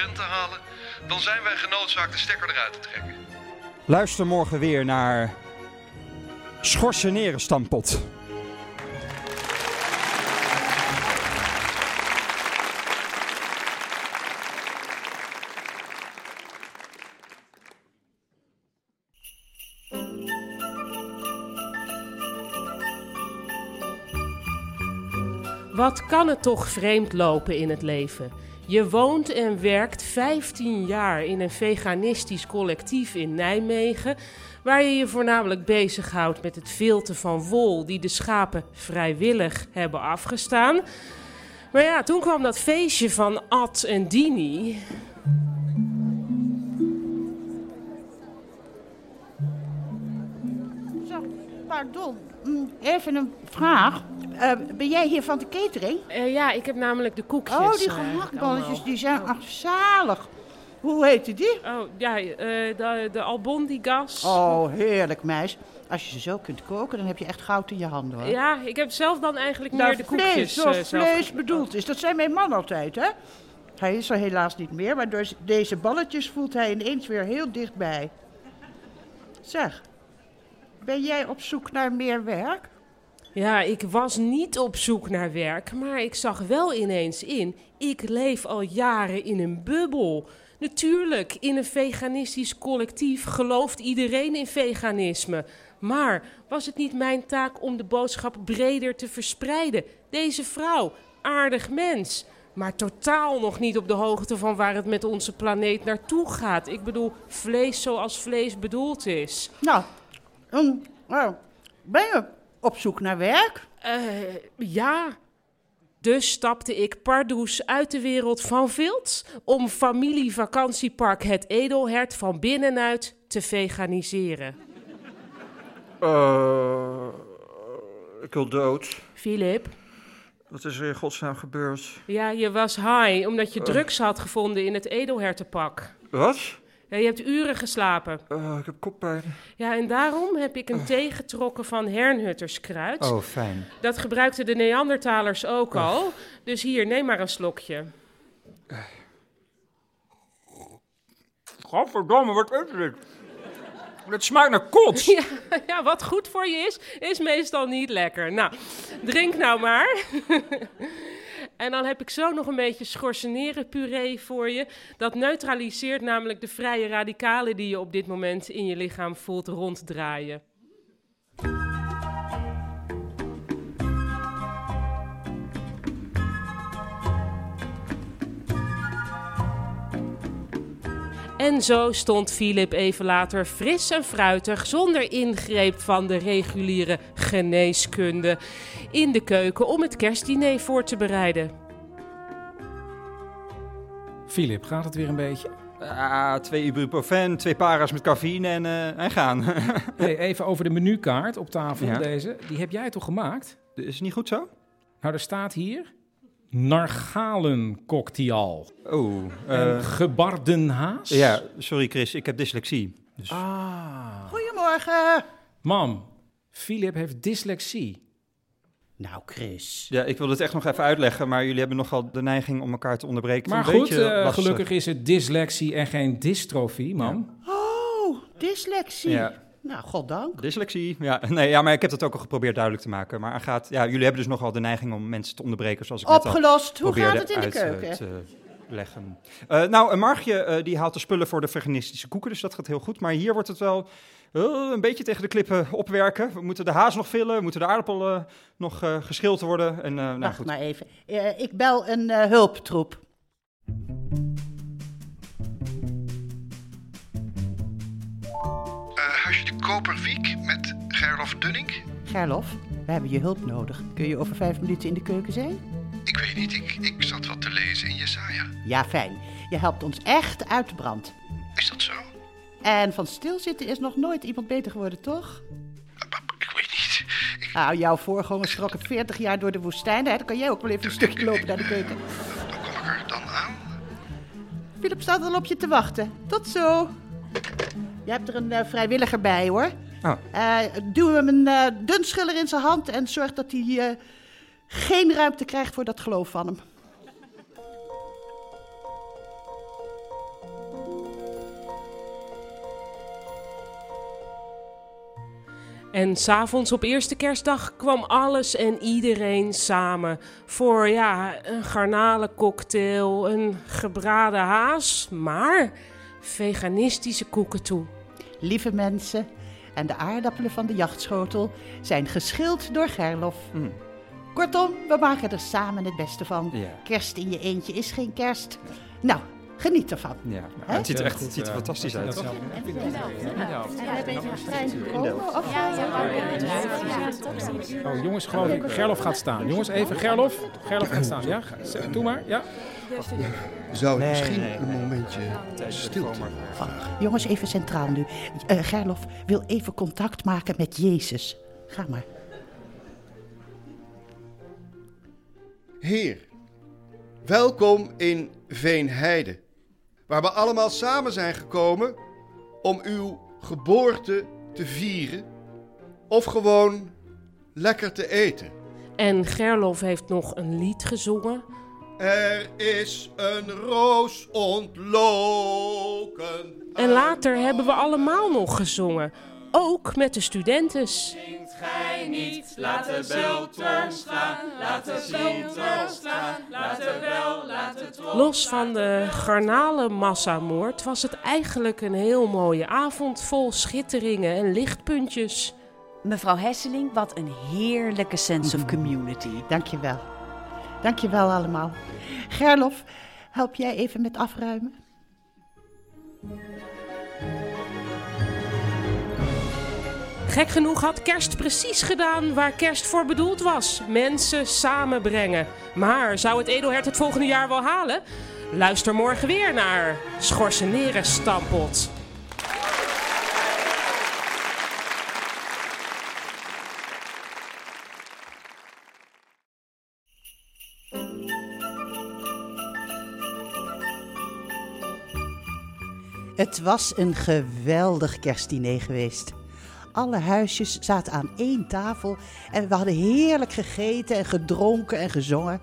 Speaker 5: 20% te halen, dan zijn wij genoodzaakt de stekker eruit te trekken.
Speaker 6: Luister morgen weer naar... Schorseneren stampot.
Speaker 8: Wat kan het toch vreemd lopen in het leven? Je woont en werkt 15 jaar in een veganistisch collectief in Nijmegen, waar je je voornamelijk bezighoudt met het filten van wol die de schapen vrijwillig hebben afgestaan. Maar ja, toen kwam dat feestje van Ad en Dini.
Speaker 4: Zo, pardon. Mm, Even een vraag. Eh, ben jij hier van de catering?
Speaker 8: Eh, ja, ik heb namelijk de koekjes.
Speaker 4: Oh, die
Speaker 8: eh,
Speaker 4: gehaktballetjes,
Speaker 8: allemaal.
Speaker 4: die zijn echt zalig. Hoe heette die?
Speaker 8: Oh, ja, eh, de, de Albondigas.
Speaker 4: Oh, heerlijk, meis. Als je ze zo kunt koken, dan heb je echt goud in je handen, hoor.
Speaker 8: Ja, ik heb zelf dan eigenlijk
Speaker 4: Daar
Speaker 8: meer de koekjes
Speaker 4: vlees,
Speaker 8: eh,
Speaker 4: zoals
Speaker 8: zelf
Speaker 4: vlees bedoeld is. Dat zei mijn man altijd, hè? Hij is er helaas niet meer, maar door deze balletjes voelt hij ineens weer heel dichtbij. Zeg, ben jij op zoek naar meer werk?
Speaker 8: Ja, ik was niet op zoek naar werk, maar ik zag wel ineens in. Ik leef al jaren in een bubbel. Natuurlijk, in een veganistisch collectief gelooft iedereen in veganisme. Maar was het niet mijn taak om de boodschap breder te verspreiden? Deze vrouw, aardig mens, maar totaal nog niet op de hoogte van waar het met onze planeet naartoe gaat. Ik bedoel, vlees zoals vlees bedoeld is.
Speaker 4: Nou, um, nou, ben je op zoek naar werk?
Speaker 8: Eh, ja. Dus stapte ik pardoes uit de wereld van Vilt om familievakantiepark Het Edelhert van binnenuit te veganiseren.
Speaker 6: Eh, ik wil dood.
Speaker 8: Filip,
Speaker 6: Wat is er in godsnaam gebeurd?
Speaker 8: ja, je was high omdat je
Speaker 6: Eh.
Speaker 8: drugs had gevonden in het Edelhertenpak.
Speaker 6: Wat? Oh,
Speaker 8: Ja, je hebt uren geslapen.
Speaker 6: ik heb koppijn. Eh.
Speaker 8: Ja, en daarom heb ik een thee getrokken van Hernhutterskruid.
Speaker 6: Oh, fijn. Oh.
Speaker 8: Dat gebruikten de Neandertalers ook al. Dus hier, neem maar een slokje.
Speaker 6: Eh. Godverdomme, wat is dit? Het smaakt naar kots.
Speaker 8: Ja, ja, wat goed voor je is, is meestal niet lekker. Nou, drink nou maar. En dan heb ik zo nog een beetje schorsenerenpuree voor je. Dat neutraliseert namelijk de vrije radicalen die je op dit moment in je lichaam voelt ronddraaien. En zo stond Filip even later fris en fruitig, zonder ingreep van de reguliere geneeskunde, in de keuken om het kerstdiner voor te bereiden.
Speaker 1: Filip, gaat het weer een beetje?
Speaker 6: Ah, twee ibuprofen, twee para's met cafeïne en, eh, en gaan.
Speaker 1: Hey, even over de menukaart op tafel,
Speaker 6: Ja.
Speaker 1: deze. Die heb jij toch gemaakt?
Speaker 6: Is het niet goed zo?
Speaker 1: Nou, er staat hier Nargalencocktail.
Speaker 6: Oh,
Speaker 1: En
Speaker 6: eh,
Speaker 1: gebarden haas?
Speaker 6: Ja, sorry Chris, ik heb dyslexie. Dus
Speaker 4: Goedemorgen.
Speaker 1: Mam, Philip heeft dyslexie.
Speaker 4: Nou, Chris.
Speaker 6: Ja, ik wil het echt nog even uitleggen, maar jullie hebben nogal de neiging om elkaar te onderbreken.
Speaker 1: Maar
Speaker 6: Het is een
Speaker 1: goed,
Speaker 6: beetje
Speaker 1: eh,
Speaker 6: lastig.
Speaker 1: gelukkig is het dyslexie en geen dystrofie, mam.
Speaker 4: Oh, dyslexie.
Speaker 6: Ja.
Speaker 4: Nou, goddank.
Speaker 6: Dyslexie, ja. Nee, ja, maar ik heb dat ook al geprobeerd duidelijk te maken. Maar gaat, ja, jullie hebben dus nogal de neiging om mensen te onderbreken, zoals ik net al
Speaker 4: Opgelost. Hoe
Speaker 6: probeerde
Speaker 4: gaat het in de
Speaker 6: uit, eh,
Speaker 4: keuken?
Speaker 6: te leggen. Eh, nou, een Margje eh, die haalt de spullen voor de veganistische koeken, dus dat gaat heel goed. Maar hier wordt het wel eh, een beetje tegen de klippen opwerken. We moeten de haas nog villen, moeten de aardappelen nog eh, geschild worden. En, eh, nou,
Speaker 4: Wacht
Speaker 6: goed.
Speaker 4: maar even. Eh, ik bel een eh, hulptroep.
Speaker 5: Eh huisje de Koperwiek met Gerlof Dunning?
Speaker 4: Gerlof, we hebben je hulp nodig. Kun je over vijf minuten in de keuken zijn?
Speaker 5: Ik weet niet, ik, ik zat wat te lezen in Jesaja.
Speaker 4: Ja, fijn. Je helpt ons echt uit de brand.
Speaker 5: Is dat zo?
Speaker 4: En van stilzitten is nog nooit iemand beter geworden, toch?
Speaker 5: Ik weet niet.
Speaker 4: Nou, jouw voorgangers schrokken 40 jaar door de woestijn. Hè? Dan kan jij ook wel even een stukje lopen naar de keuken.
Speaker 5: Hoe kom ik er dan aan?
Speaker 4: Philip staat al op je te wachten. Tot zo. Je hebt er een eh, vrijwilliger bij, hoor.
Speaker 6: Oh.
Speaker 4: Eh, duw hem een eh dunschiller in zijn hand en zorg dat hij eh, geen ruimte krijgt voor dat geloof van hem.
Speaker 8: En s'avonds op eerste kerstdag kwam alles en iedereen samen. Voor ja, een garnalencocktail, een gebraden haas, maar veganistische koeken toe.
Speaker 4: Lieve mensen, en de aardappelen van de jachtschotel zijn geschild door Gerlof. Kortom, we maken er samen het beste van.
Speaker 6: Hmm. Ja.
Speaker 4: Kerst in je eentje is geen kerst. Nou, geniet ervan.
Speaker 6: Ja, nou, het ziet er echt het ziet er fantastisch uit. toch?
Speaker 1: Oh, jongens, gewoon, Gerlof gaat staan. Jongens, even Gerlof. Gerlof gaat staan, ja? Ga- zet- Doe maar, ja?
Speaker 9: Zou ik
Speaker 4: Nee,
Speaker 9: misschien
Speaker 4: nee,
Speaker 9: een momentje stilte
Speaker 4: vragen? Jongens, even centraal nu. Eh, Gerlof wil even contact maken met Jezus. Ga maar.
Speaker 9: Heer, welkom in Veenheide, waar we allemaal samen zijn gekomen om uw geboorte te vieren of gewoon lekker te eten.
Speaker 8: En Gerlof heeft nog een lied gezongen.
Speaker 9: Er is een roos ontloken.
Speaker 8: En later hebben we allemaal nog gezongen. Ook met de studentes.
Speaker 10: Gij niet, laat de beltern slaan, laat de beltern slaan, laat de bel, laat de trom.
Speaker 8: Los van de garnalenmassamoord was het eigenlijk een heel mooie avond vol schitteringen en lichtpuntjes.
Speaker 11: Mevrouw Hesseling, wat een heerlijke sense of community.
Speaker 4: Dankjewel. Dankjewel allemaal. Gerlof, help jij even met afruimen?
Speaker 8: Gek genoeg had kerst precies gedaan waar kerst voor bedoeld was: mensen samenbrengen. Maar zou het Edelhert het volgende jaar wel halen? Luister morgen weer naar Schorseneren Stampot.
Speaker 4: Het was een geweldig kerstdiner geweest. Alle huisjes zaten aan één tafel en we hadden heerlijk gegeten en gedronken en gezongen.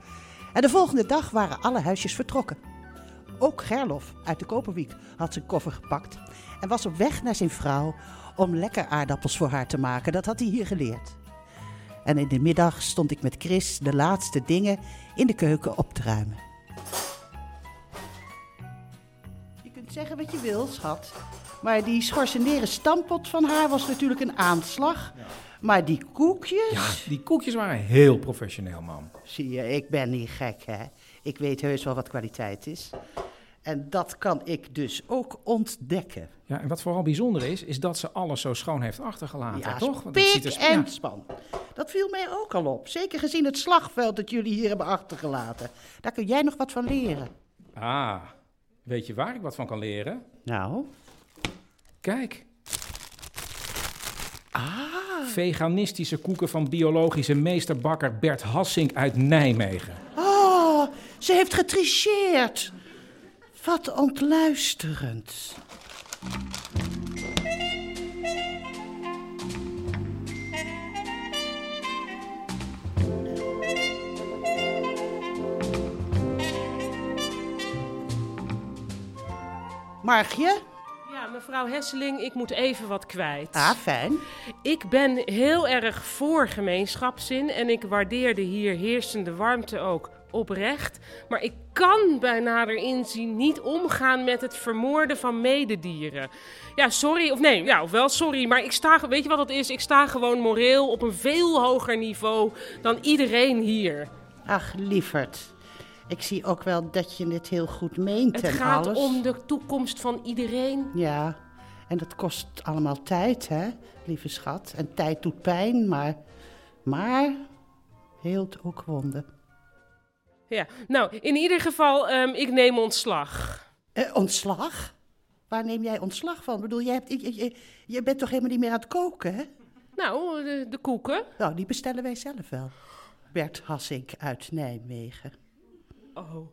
Speaker 4: En de volgende dag waren alle huisjes vertrokken. Ook Gerlof uit de Koperwiek had zijn koffer gepakt en was op weg naar zijn vrouw om lekker aardappels voor haar te maken. Dat had hij hier geleerd. En in de middag stond ik met Chris de laatste dingen in de keuken op te ruimen. Je kunt zeggen wat je wil, schat. Maar die schorseneren stampot van haar was natuurlijk een aanslag. Maar die koekjes...
Speaker 1: Die koekjes waren heel professioneel, mam.
Speaker 4: Zie je, ik ben niet gek, hè. Ik weet heus wel wat kwaliteit is. En dat kan ik dus ook ontdekken.
Speaker 1: Ja, en wat vooral bijzonder is, is dat ze alles zo schoon heeft achtergelaten,
Speaker 4: Ja,
Speaker 1: toch?
Speaker 4: pik
Speaker 1: het ziet er sp-
Speaker 4: en
Speaker 1: ja.
Speaker 4: span. Dat viel mij ook al op. Zeker gezien het slagveld dat jullie hier hebben achtergelaten. Daar kun jij nog wat van leren.
Speaker 1: Ah, weet je waar ik wat van kan leren?
Speaker 4: Nou?
Speaker 1: Kijk. Ah. Veganistische koeken van biologische meesterbakker Bert Hassink uit Nijmegen.
Speaker 4: Oh, Ze heeft getricheerd. Wat ontluisterend. Margje?
Speaker 8: Ja, mevrouw Hesseling, ik moet even wat kwijt.
Speaker 4: Ah, fijn.
Speaker 8: Ik ben heel erg voor gemeenschapszin en ik waardeer de hier heersende warmte ook oprecht. Maar ik kan bij nader inzien niet omgaan met het vermoorden van mededieren. Ja, sorry, of nee, ja, of wel sorry, maar ik sta, weet je wat dat is? Ik sta gewoon moreel op een veel hoger niveau dan iedereen hier.
Speaker 4: Ach, lieverd. Ik zie ook wel dat je dit heel goed meent
Speaker 8: Het
Speaker 4: en
Speaker 8: gaat
Speaker 4: alles.
Speaker 8: om de toekomst van iedereen.
Speaker 4: Ja, en dat kost allemaal tijd, hè, lieve schat. En tijd doet pijn, maar... Maar heelt ook wonden.
Speaker 8: Ja, nou, in ieder geval, ehm, ik neem ontslag.
Speaker 4: Eh, ontslag? Waar neem jij ontslag van? Ik bedoel, jij hebt, je, je, je bent toch helemaal niet meer aan het koken, hè?
Speaker 8: Nou, de, de koeken.
Speaker 4: Nou, die bestellen wij zelf wel. Bert Hassink uit Nijmegen.
Speaker 8: Oh.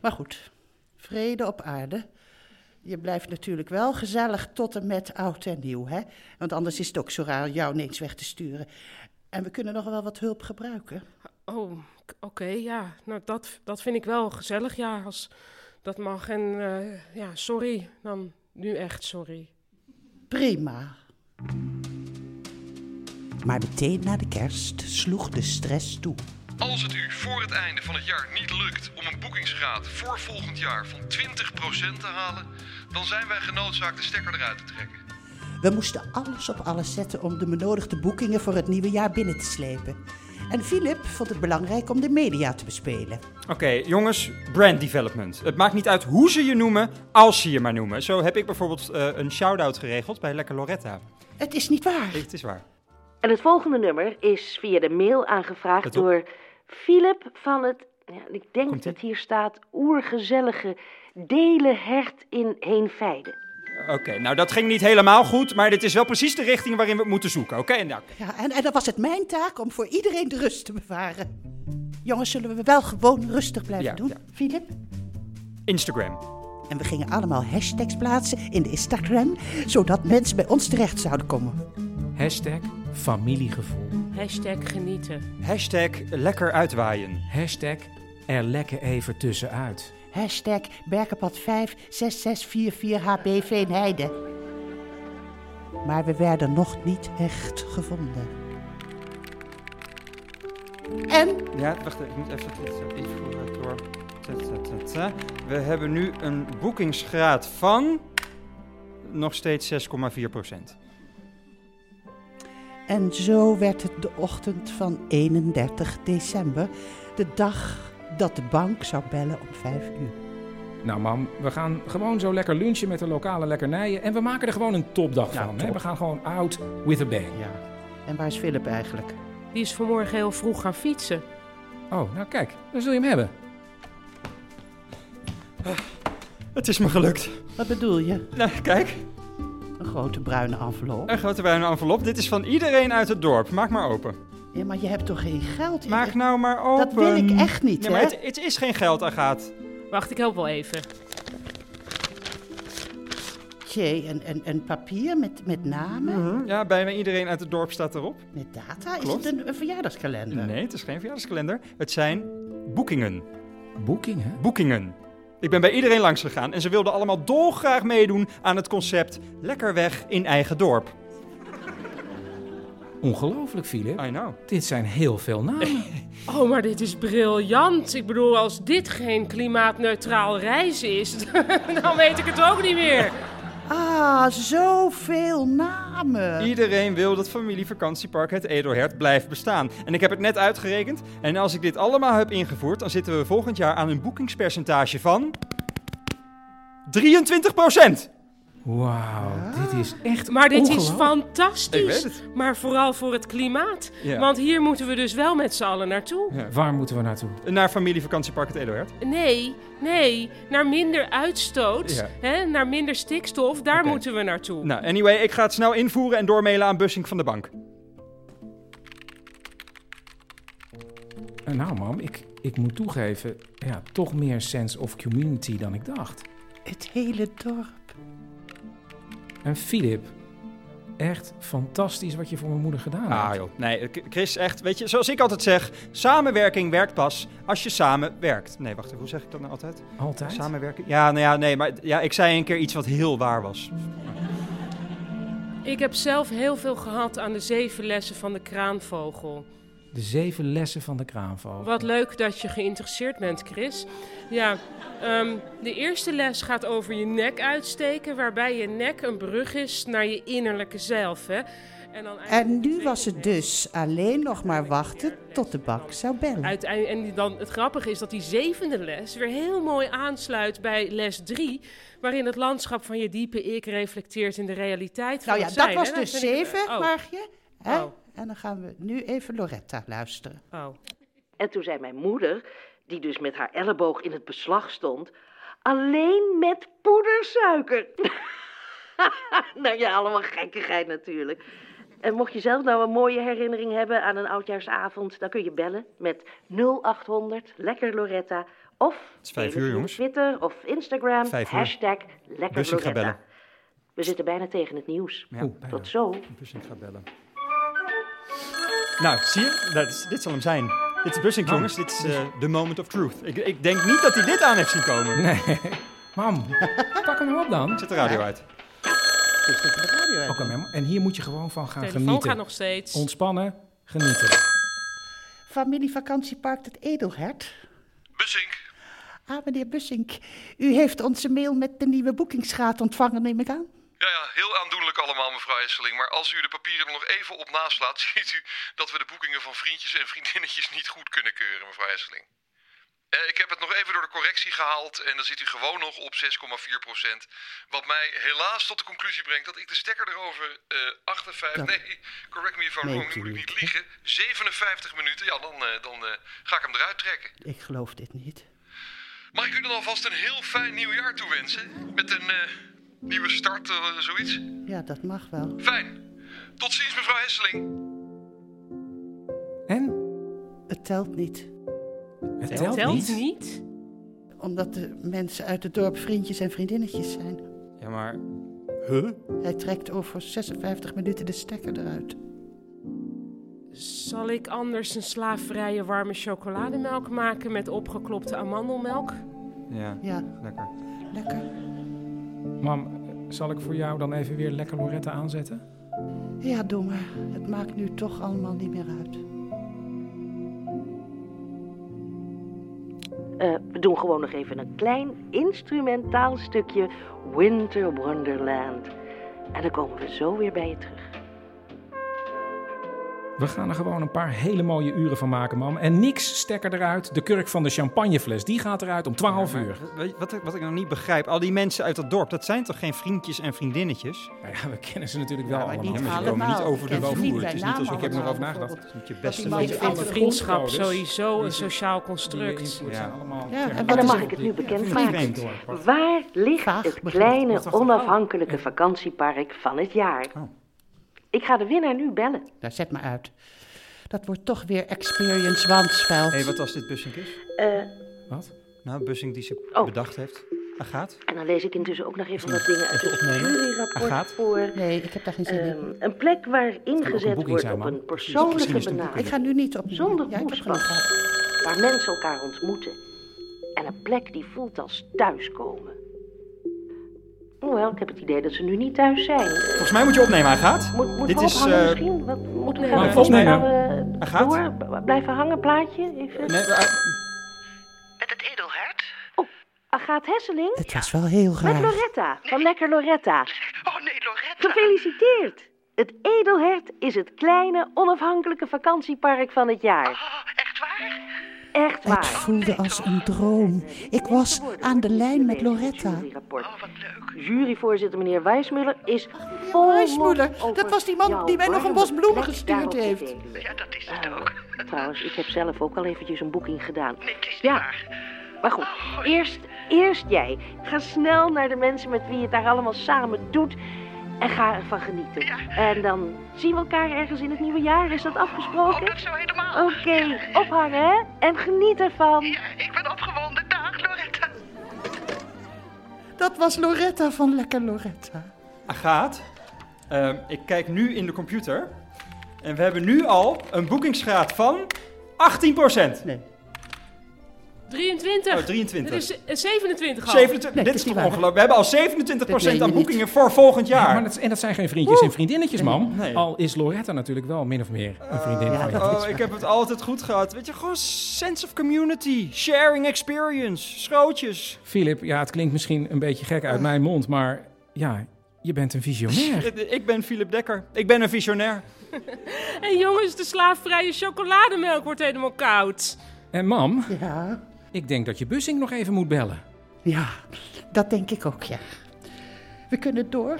Speaker 4: Maar goed, vrede op aarde. Je blijft natuurlijk wel gezellig tot en met oud en nieuw, hè? Want anders is het ook zo raar jou ineens weg te sturen. En we kunnen nog wel wat hulp gebruiken.
Speaker 8: Oh, k- oké, ja. Nou, dat, dat vind ik wel gezellig, ja, als dat mag. En eh, ja, sorry, dan nu echt sorry.
Speaker 4: Prima. Maar meteen na de kerst sloeg de stress toe.
Speaker 5: Als het u voor het einde van het jaar niet lukt om een boekingsgraad voor volgend jaar van 20% te halen, dan zijn wij genoodzaakt de stekker eruit te trekken.
Speaker 4: We moesten alles op alles zetten om de benodigde boekingen voor het nieuwe jaar binnen te slepen. En Philip vond het belangrijk om de media te bespelen.
Speaker 6: Oké, jongens, brand development. Het maakt niet uit hoe ze je noemen, als ze je maar noemen. Zo heb ik bijvoorbeeld eh, een shout-out geregeld bij Lekker Loretta.
Speaker 4: Het is niet waar.
Speaker 6: Het is waar.
Speaker 2: En het volgende nummer is via de mail aangevraagd
Speaker 6: Let op.
Speaker 2: door Philip van het, ja, ik denk dat hier staat, oergezellige Delenhert in Heenfeide.
Speaker 6: Oké, nou dat ging niet helemaal goed, maar dit is wel precies de richting waarin we het moeten zoeken. Oké, nou.
Speaker 4: Ja, en, en dan was het mijn taak om voor iedereen de rust te bewaren. Jongens, zullen we wel gewoon rustig blijven
Speaker 6: Ja,
Speaker 4: doen, Philip?
Speaker 6: Instagram.
Speaker 4: En we gingen allemaal hashtags plaatsen in de Instagram, zodat mensen bij ons terecht zouden komen.
Speaker 1: Hashtag familiegevoel.
Speaker 8: Hashtag genieten.
Speaker 6: Hashtag lekker uitwaaien.
Speaker 1: Hashtag er lekker even tussenuit.
Speaker 4: Hashtag Berkenpad 5 6644 HB Veenheide. Maar we werden nog niet echt gevonden. En?
Speaker 6: Ja, wacht even, ik moet even eh, dit zo invoeren door. Ta, ta, ta, ta. We hebben nu een boekingsgraad van nog steeds 6,4 procent.
Speaker 4: En zo werd het de ochtend van 31 december, de dag dat de bank zou bellen om 5 uur.
Speaker 1: Nou mam, we gaan gewoon zo lekker lunchen met de lokale lekkernijen. En we maken er gewoon een topdag van. Hè? We gaan gewoon out with a bang.
Speaker 4: En waar is Philip eigenlijk?
Speaker 8: Die is vanmorgen heel vroeg gaan fietsen.
Speaker 1: Oh, nou kijk, dan zul je hem hebben.
Speaker 6: Het is me gelukt.
Speaker 4: Wat bedoel je?
Speaker 6: Nou, kijk.
Speaker 4: Een grote bruine envelop.
Speaker 6: Een grote bruine envelop. Dit is van iedereen uit het dorp. Maak maar open.
Speaker 4: Ja, maar je hebt toch geen geld?
Speaker 6: Maak nou maar open.
Speaker 4: Dat wil ik echt niet,
Speaker 6: Nee, maar
Speaker 4: hè?
Speaker 6: het, het is geen geld, Agaat.
Speaker 8: Wacht, ik help wel even.
Speaker 4: Jee, en, en, en papier met, met namen?
Speaker 6: Mhm, Ja, bijna iedereen uit het dorp staat erop.
Speaker 4: Met data?
Speaker 6: Klopt.
Speaker 4: Is het een, een verjaardagskalender?
Speaker 6: Nee, het is geen verjaardagskalender. Het zijn boekingen.
Speaker 1: Boekingen?
Speaker 6: Boekingen. Ik ben bij iedereen langs gegaan en ze wilden allemaal dolgraag meedoen aan het concept Lekker weg in eigen dorp.
Speaker 1: Ongelooflijk, Philip.
Speaker 6: I know.
Speaker 1: Dit zijn heel veel namen.
Speaker 8: Oh, maar dit is briljant. Ik bedoel, als dit geen klimaatneutraal reizen is, dan weet ik het ook niet meer.
Speaker 4: Ah, zoveel namen.
Speaker 6: Iedereen wil dat familievakantiepark het Edelhert blijft bestaan. En ik heb het net uitgerekend. En als ik dit allemaal heb ingevoerd, dan zitten we volgend jaar aan een boekingspercentage van 23
Speaker 1: Wauw, dit is echt
Speaker 8: Maar dit is
Speaker 1: ongelooflijk.
Speaker 8: fantastisch.
Speaker 1: Ik weet het.
Speaker 8: Maar vooral voor het klimaat.
Speaker 1: Ja.
Speaker 8: Want hier moeten we dus wel met z'n allen naartoe.
Speaker 1: Waar moeten we naartoe?
Speaker 6: Naar familievakantiepark het Edelhert.
Speaker 8: Nee, nee, naar minder uitstoot,
Speaker 6: Ja.
Speaker 8: hè, naar minder stikstof, daar moeten we naartoe.
Speaker 6: Nou, anyway, ik ga het snel invoeren
Speaker 1: Ah,
Speaker 6: en doormailen aan Bussing van de bank.
Speaker 1: Eh, Nou, mam, ik, ik moet toegeven, ja, toch meer sense of community dan ik dacht.
Speaker 4: Het hele dorp.
Speaker 1: En Filip, echt fantastisch wat je voor mijn moeder gedaan hebt.
Speaker 6: Ah joh, nee, K- Chris, echt, weet je, zoals ik altijd zeg, samenwerking werkt pas als je samen werkt. Nee, wacht even, hoe zeg ik dat nou altijd?
Speaker 1: Altijd?
Speaker 6: Samenwerking? Ja, nou ja, nee, maar ja, ik zei een keer iets wat heel waar was.
Speaker 8: Ik heb zelf heel veel gehad aan de zeven lessen van de kraanvogel.
Speaker 1: De zeven lessen van de kraanval.
Speaker 8: Wat leuk dat je geïnteresseerd bent, Chris. Ja, ehm, de eerste les gaat over je nek uitsteken, waarbij je nek een brug is naar je innerlijke zelf. Hè? En dan
Speaker 4: En nu was het dus alleen nog maar wachten tot de bak zou bellen.
Speaker 8: Uiteindelijk, en die dan, het grappige is dat die zevende les weer heel mooi aansluit bij les drie, waarin het landschap van je diepe ik reflecteert in de realiteit van
Speaker 4: Nou ja,
Speaker 8: het
Speaker 4: dat
Speaker 8: zijn,
Speaker 4: was
Speaker 8: hè.
Speaker 4: dus
Speaker 8: vind ik-
Speaker 4: zeven,
Speaker 8: oh.
Speaker 4: Margje. Hè?
Speaker 8: Oh.
Speaker 4: En dan gaan we nu even Loretta luisteren.
Speaker 2: En toen zei mijn moeder, die dus met haar elleboog in het beslag stond, alleen met poedersuiker. nou ja, allemaal gekkigheid natuurlijk. En mocht je zelf nou een mooie herinnering hebben aan een oudjaarsavond, dan kun je bellen met 0800 Lekker Loretta of
Speaker 6: Het is vijf uur, jongens.
Speaker 2: Twitter of Instagram
Speaker 6: Vijf uur.
Speaker 2: hashtag Lekker
Speaker 6: Dus ik ga bellen.
Speaker 2: Loretta. We zitten bijna tegen het nieuws.
Speaker 6: Ja, Oeh, bijna.
Speaker 2: Tot zo.
Speaker 6: Bussink gaat bellen. Nou, zie je? Dat is- dit zal hem zijn. Dit is Bussink,
Speaker 1: Mam.
Speaker 6: jongens. Dit is eh, the moment of truth. Ik, ik denk niet dat hij dit aan heeft zien komen.
Speaker 1: Nee. Mam, pak hem nou op dan.
Speaker 6: Zet de radio uit.
Speaker 1: Oké, mam, en hier moet je gewoon van gaan
Speaker 8: Telefoon
Speaker 1: genieten.
Speaker 8: gaat nog steeds.
Speaker 1: Ontspannen, genieten.
Speaker 4: Familievakantiepark het Edelhert.
Speaker 5: Bussink,
Speaker 4: Ah, meneer Bussink, u heeft onze mail met de nieuwe boekingsgraad ontvangen, neem ik aan.
Speaker 5: Ja, ja, heel aandoenlijk allemaal, mevrouw Hesseling. Maar als u de papieren er nog even op naslaat, ziet u dat we de boekingen van vriendjes en vriendinnetjes niet goed kunnen keuren, mevrouw Hesseling. Eh, ik heb het nog even door de correctie gehaald en dan zit u gewoon nog op 6,4 Wat mij helaas tot de conclusie brengt dat ik de stekker erover eh 58... Nee, correct me if I'm
Speaker 4: Nee,
Speaker 5: wrong, nu moet ik
Speaker 4: natuurlijk,
Speaker 5: niet liegen. 57 minuten, ja, dan, eh, dan eh, ga ik hem eruit trekken.
Speaker 4: Ik geloof dit niet.
Speaker 5: Mag ik u dan alvast een heel fijn nieuwjaar toewensen? Met een eh, nieuwe start, eh, zoiets?
Speaker 4: Ja, dat mag wel.
Speaker 5: Fijn. Tot ziens, mevrouw Hesseling.
Speaker 1: En?
Speaker 4: Het telt niet.
Speaker 1: Het
Speaker 8: telt Telt niet? niet?
Speaker 4: Omdat de mensen uit het dorp vriendjes en vriendinnetjes zijn.
Speaker 6: Ja, maar... Huh?
Speaker 4: Hij trekt over 56 minuten de stekker eruit.
Speaker 8: Zal ik anders een slaafvrije warme chocolademelk maken met opgeklopte amandelmelk?
Speaker 6: Ja,
Speaker 4: ja.
Speaker 6: lekker.
Speaker 1: Mam, zal ik voor jou dan even weer lekker Loretta aanzetten?
Speaker 4: Ja, doe maar. Het maakt nu toch allemaal niet meer uit.
Speaker 2: Eh, we doen gewoon nog even een klein instrumentaal stukje Winter Wonderland. En dan komen we zo weer bij je terug.
Speaker 1: We gaan er gewoon een paar hele mooie uren van maken, mam. En niks stekker eruit. De kurk van de champagnefles, die gaat eruit om 12
Speaker 6: Maar
Speaker 1: uur.
Speaker 6: Weet je, wat, ik- wat ik nog niet begrijp, al die mensen uit dat dorp, dat zijn toch geen vriendjes en vriendinnetjes?
Speaker 1: Nou ja, we kennen ze natuurlijk wel
Speaker 6: maar
Speaker 1: allemaal.
Speaker 6: niet
Speaker 1: Ja, maar ze
Speaker 6: allemaal.
Speaker 1: komen niet over de
Speaker 6: Ik ken ze
Speaker 1: bovenvoer.
Speaker 6: niet bij
Speaker 1: Het is niet
Speaker 6: naam
Speaker 1: alsof ik heb er nog over
Speaker 6: allemaal,
Speaker 1: nageval.
Speaker 6: bijvoorbeeld. Dat is niet je beste
Speaker 1: Dat iemand
Speaker 6: vriendje.
Speaker 1: alle
Speaker 8: Vriendschap
Speaker 1: vriendcodes,
Speaker 8: sowieso
Speaker 1: die
Speaker 8: een
Speaker 1: ze-
Speaker 8: sociaal
Speaker 1: die
Speaker 8: construct.
Speaker 1: invloed zijn allemaal-
Speaker 8: Ja, en
Speaker 2: En
Speaker 8: wat
Speaker 2: dan
Speaker 8: is
Speaker 2: mag
Speaker 8: er-
Speaker 2: ik het nu
Speaker 8: Ja,
Speaker 2: bekend
Speaker 8: vind ik
Speaker 2: maken.
Speaker 8: vreemd hoor.
Speaker 2: Waar ligt het kleine onafhankelijke vakantiepark van het jaar? Ik ga de winnaar nu bellen.
Speaker 4: Nou, zet maar uit. Dat wordt toch weer Experience Wansveld.
Speaker 6: Hé, wat als dit Bussink is?
Speaker 2: Eh,
Speaker 1: Wat?
Speaker 6: Nou, Bussink die ze
Speaker 2: Oh.
Speaker 6: bedacht heeft. Agaat?
Speaker 2: en dan lees ik intussen ook nog even wat dingen uit het
Speaker 6: Even opnemen.
Speaker 2: juryrapport
Speaker 6: Agaat?
Speaker 2: voor. ehm,
Speaker 4: Nee, ik heb daar geen zin in.
Speaker 2: Een plek waar ingezet
Speaker 4: boeking
Speaker 2: wordt
Speaker 4: zijn,
Speaker 2: op
Speaker 4: man.
Speaker 2: een
Speaker 4: Misschien
Speaker 2: persoonlijke
Speaker 4: is het een boeking.
Speaker 2: benadering.
Speaker 4: Ik ga nu niet op
Speaker 2: Zonder poespas. Waar mensen elkaar ontmoeten. En een plek die voelt als thuiskomen. Hoewel, ik heb het idee dat ze nu niet thuis zijn.
Speaker 6: Volgens mij moet je opnemen, Agaat.
Speaker 2: Moet, moet
Speaker 6: Dit
Speaker 2: Dit
Speaker 6: is,
Speaker 2: is,
Speaker 6: eh,
Speaker 2: misschien? Wat, moeten we
Speaker 6: Ja,
Speaker 2: gaan
Speaker 6: volgens mij,
Speaker 2: gaan
Speaker 6: ja.
Speaker 2: we
Speaker 6: Hij gaat.
Speaker 2: door? B- Blijven hangen, plaatje? Even.
Speaker 6: Nee,
Speaker 2: Oh, Agaat Hesseling?
Speaker 4: Het was wel heel
Speaker 2: Met
Speaker 4: raar.
Speaker 2: Loretta, van Lekker Loretta. Oh nee, Loretta. Gefeliciteerd. Het Edelhert is het kleine, onafhankelijke vakantiepark van het jaar. echt waar? Echt
Speaker 4: Het
Speaker 2: waar.
Speaker 4: voelde als een droom. Ik was aan de lijn met Loretta.
Speaker 2: Rapport. Juryvoorzitter meneer Wijsmuller is vol
Speaker 4: Huismoeder, dat was die man die mij nog een bos bloemen gestuurd heeft.
Speaker 2: Ja, dat is het ook. Eh, trouwens, ik heb zelf ook al eventjes een boeking gedaan. Nee, het is Oh, ja. Maar goed, eerst, eerst jij. Ga snel naar de mensen met wie je het daar allemaal samen doet. En ga ervan genieten. En dan zien we elkaar ergens in het nieuwe jaar. Is dat afgesproken? Oh, dat zo helemaal. Oké, ophangen hè? En geniet ervan.
Speaker 4: Dat was Loretta van Lekker Loretta.
Speaker 6: Agaat, ehm, ik kijk nu in de computer. En we hebben nu al een boekingsgraad van 18%.
Speaker 4: Nee.
Speaker 8: 23.
Speaker 6: Oh, 23.
Speaker 8: Dit is eh, 27 al.
Speaker 6: 27, dit is toch ongelooflijk. We hebben al 27% aan boekingen voor volgend jaar.
Speaker 1: maar dat, en dat zijn geen vriendjes
Speaker 6: Oeh.
Speaker 1: en vriendinnetjes, man.
Speaker 6: Nee.
Speaker 1: Al is Loretta natuurlijk wel min of meer een vriendin van je.
Speaker 6: Oh, ik heb het altijd goed gehad. Weet je, gewoon sense of community, sharing experience, schrootjes.
Speaker 1: Filip, ja, het klinkt misschien een beetje gek uit mijn mond, maar ja, je bent een visionair.
Speaker 6: Ik- Ik ben Philip Dekker. Ik ben een visionair.
Speaker 8: En jongens, de slaafvrije chocolademelk wordt helemaal koud.
Speaker 1: En mam,
Speaker 4: ja?
Speaker 1: ik denk dat je Bussing nog even moet bellen.
Speaker 4: Ja, dat denk ik ook, ja. We kunnen door.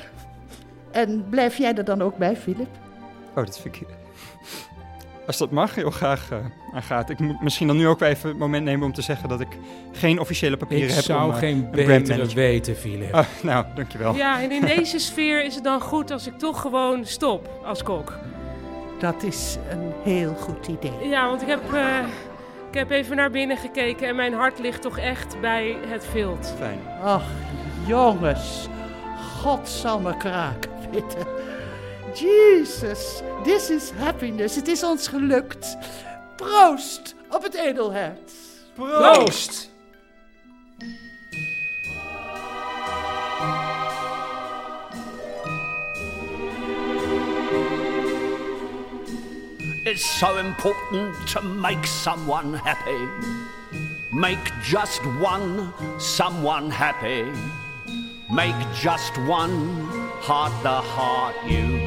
Speaker 4: En blijf jij er dan ook bij, Philip?
Speaker 6: Oh, dat vind ik... Als dat mag, heel graag eh, aangaat. Ik moet misschien dan nu ook wel even een moment nemen om te zeggen dat ik geen officiële papieren
Speaker 1: Ik
Speaker 6: heb.
Speaker 1: zou
Speaker 6: om, eh,
Speaker 1: geen
Speaker 6: een
Speaker 1: betere
Speaker 6: brandmanager-
Speaker 1: weten, Philip.
Speaker 6: Oh, nou, dankjewel.
Speaker 8: Ja, en in deze sfeer is het dan goed als ik toch gewoon stop als kok.
Speaker 4: Dat is een heel goed idee.
Speaker 8: Ja, want ik heb, eh, ik heb even naar binnen gekeken en mijn hart ligt toch echt bij het vild.
Speaker 6: Fijn.
Speaker 4: Ach, jongens. God zal me kraken, Peter. Jesus, this is happiness. Het is ons gelukt. Proost op het edelhert.
Speaker 6: Proost!
Speaker 12: It's so important to make someone happy. Make just one someone happy. Make just one heart the heart you.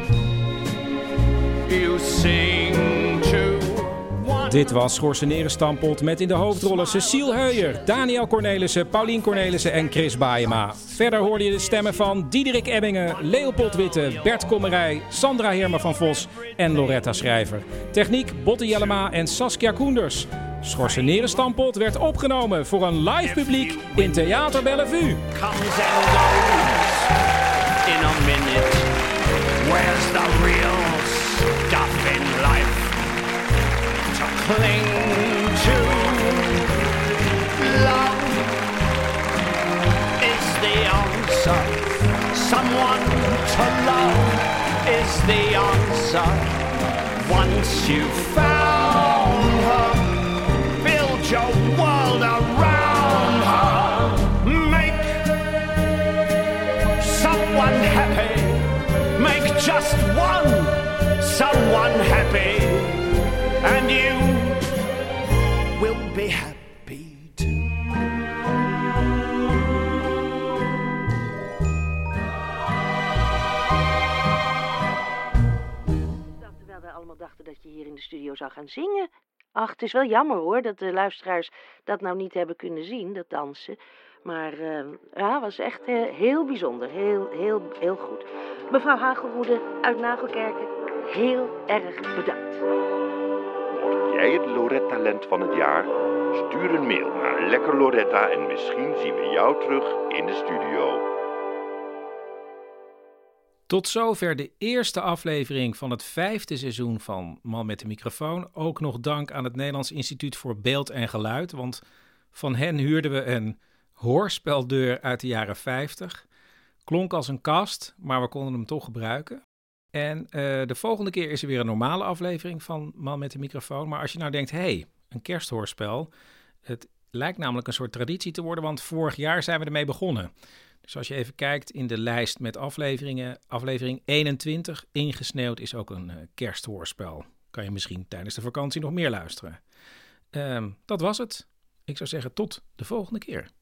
Speaker 12: You sing
Speaker 6: Ah.
Speaker 12: to
Speaker 1: Dit was Schorseneren Stampot met in de hoofdrollen Cecile Heuier, Daniel Cornelissen, Paulien Cornelissen en Chris Baayema. Verder hoorde je de stemmen van Diederik Ebbingen, Leopold Witte, Bert Kommerij, Sandra Herma van Vos en Loretta Schrijver. Techniek Botte Jellema en Saskia Koenders. Schorseneren Stampot werd opgenomen voor een live publiek in Theater Bellevue.
Speaker 12: comes and goes in a minute. Where's the real stuff in life to cling to? Love is the answer. Someone to love is the answer. Once you've found her, build your world around her. Make someone happy. Make just one someone happy, and you will be happy.
Speaker 2: Terwijl we allemaal dachten dat je hier in de studio zou gaan zingen. Ach, het is wel jammer hoor dat de luisteraars dat nou niet hebben kunnen zien, dat dansen. Maar eh, ja, was echt eh, heel bijzonder. Heel, heel, heel goed. Mevrouw Hagelroede uit Nagelkerken, heel erg bedankt.
Speaker 3: Jij het Loretta-talent van het jaar? Stuur een mail naar Lekker Loretta en misschien zien we jou terug in de studio.
Speaker 1: Tot zover de eerste aflevering van het vijfde seizoen van Man met de Microfoon. Ook nog dank aan het Nederlands Instituut voor Beeld en Geluid, want van hen huurden we een hoorspeldeur uit de jaren 50. Klonk als een kast, maar we konden hem toch gebruiken. En eh, de volgende keer is er weer een normale aflevering van Man met de Microfoon. Maar als je nou denkt, hé, hey, een kersthoorspel. Het lijkt namelijk een soort traditie te worden, want vorig jaar zijn we ermee begonnen. Dus als je even kijkt in de lijst met afleveringen, aflevering 21, Ingesneeuwd is ook een eh, kersthoorspel. Kan je misschien tijdens de vakantie nog meer luisteren. Ehm, dat was het. Ik zou zeggen tot de volgende keer.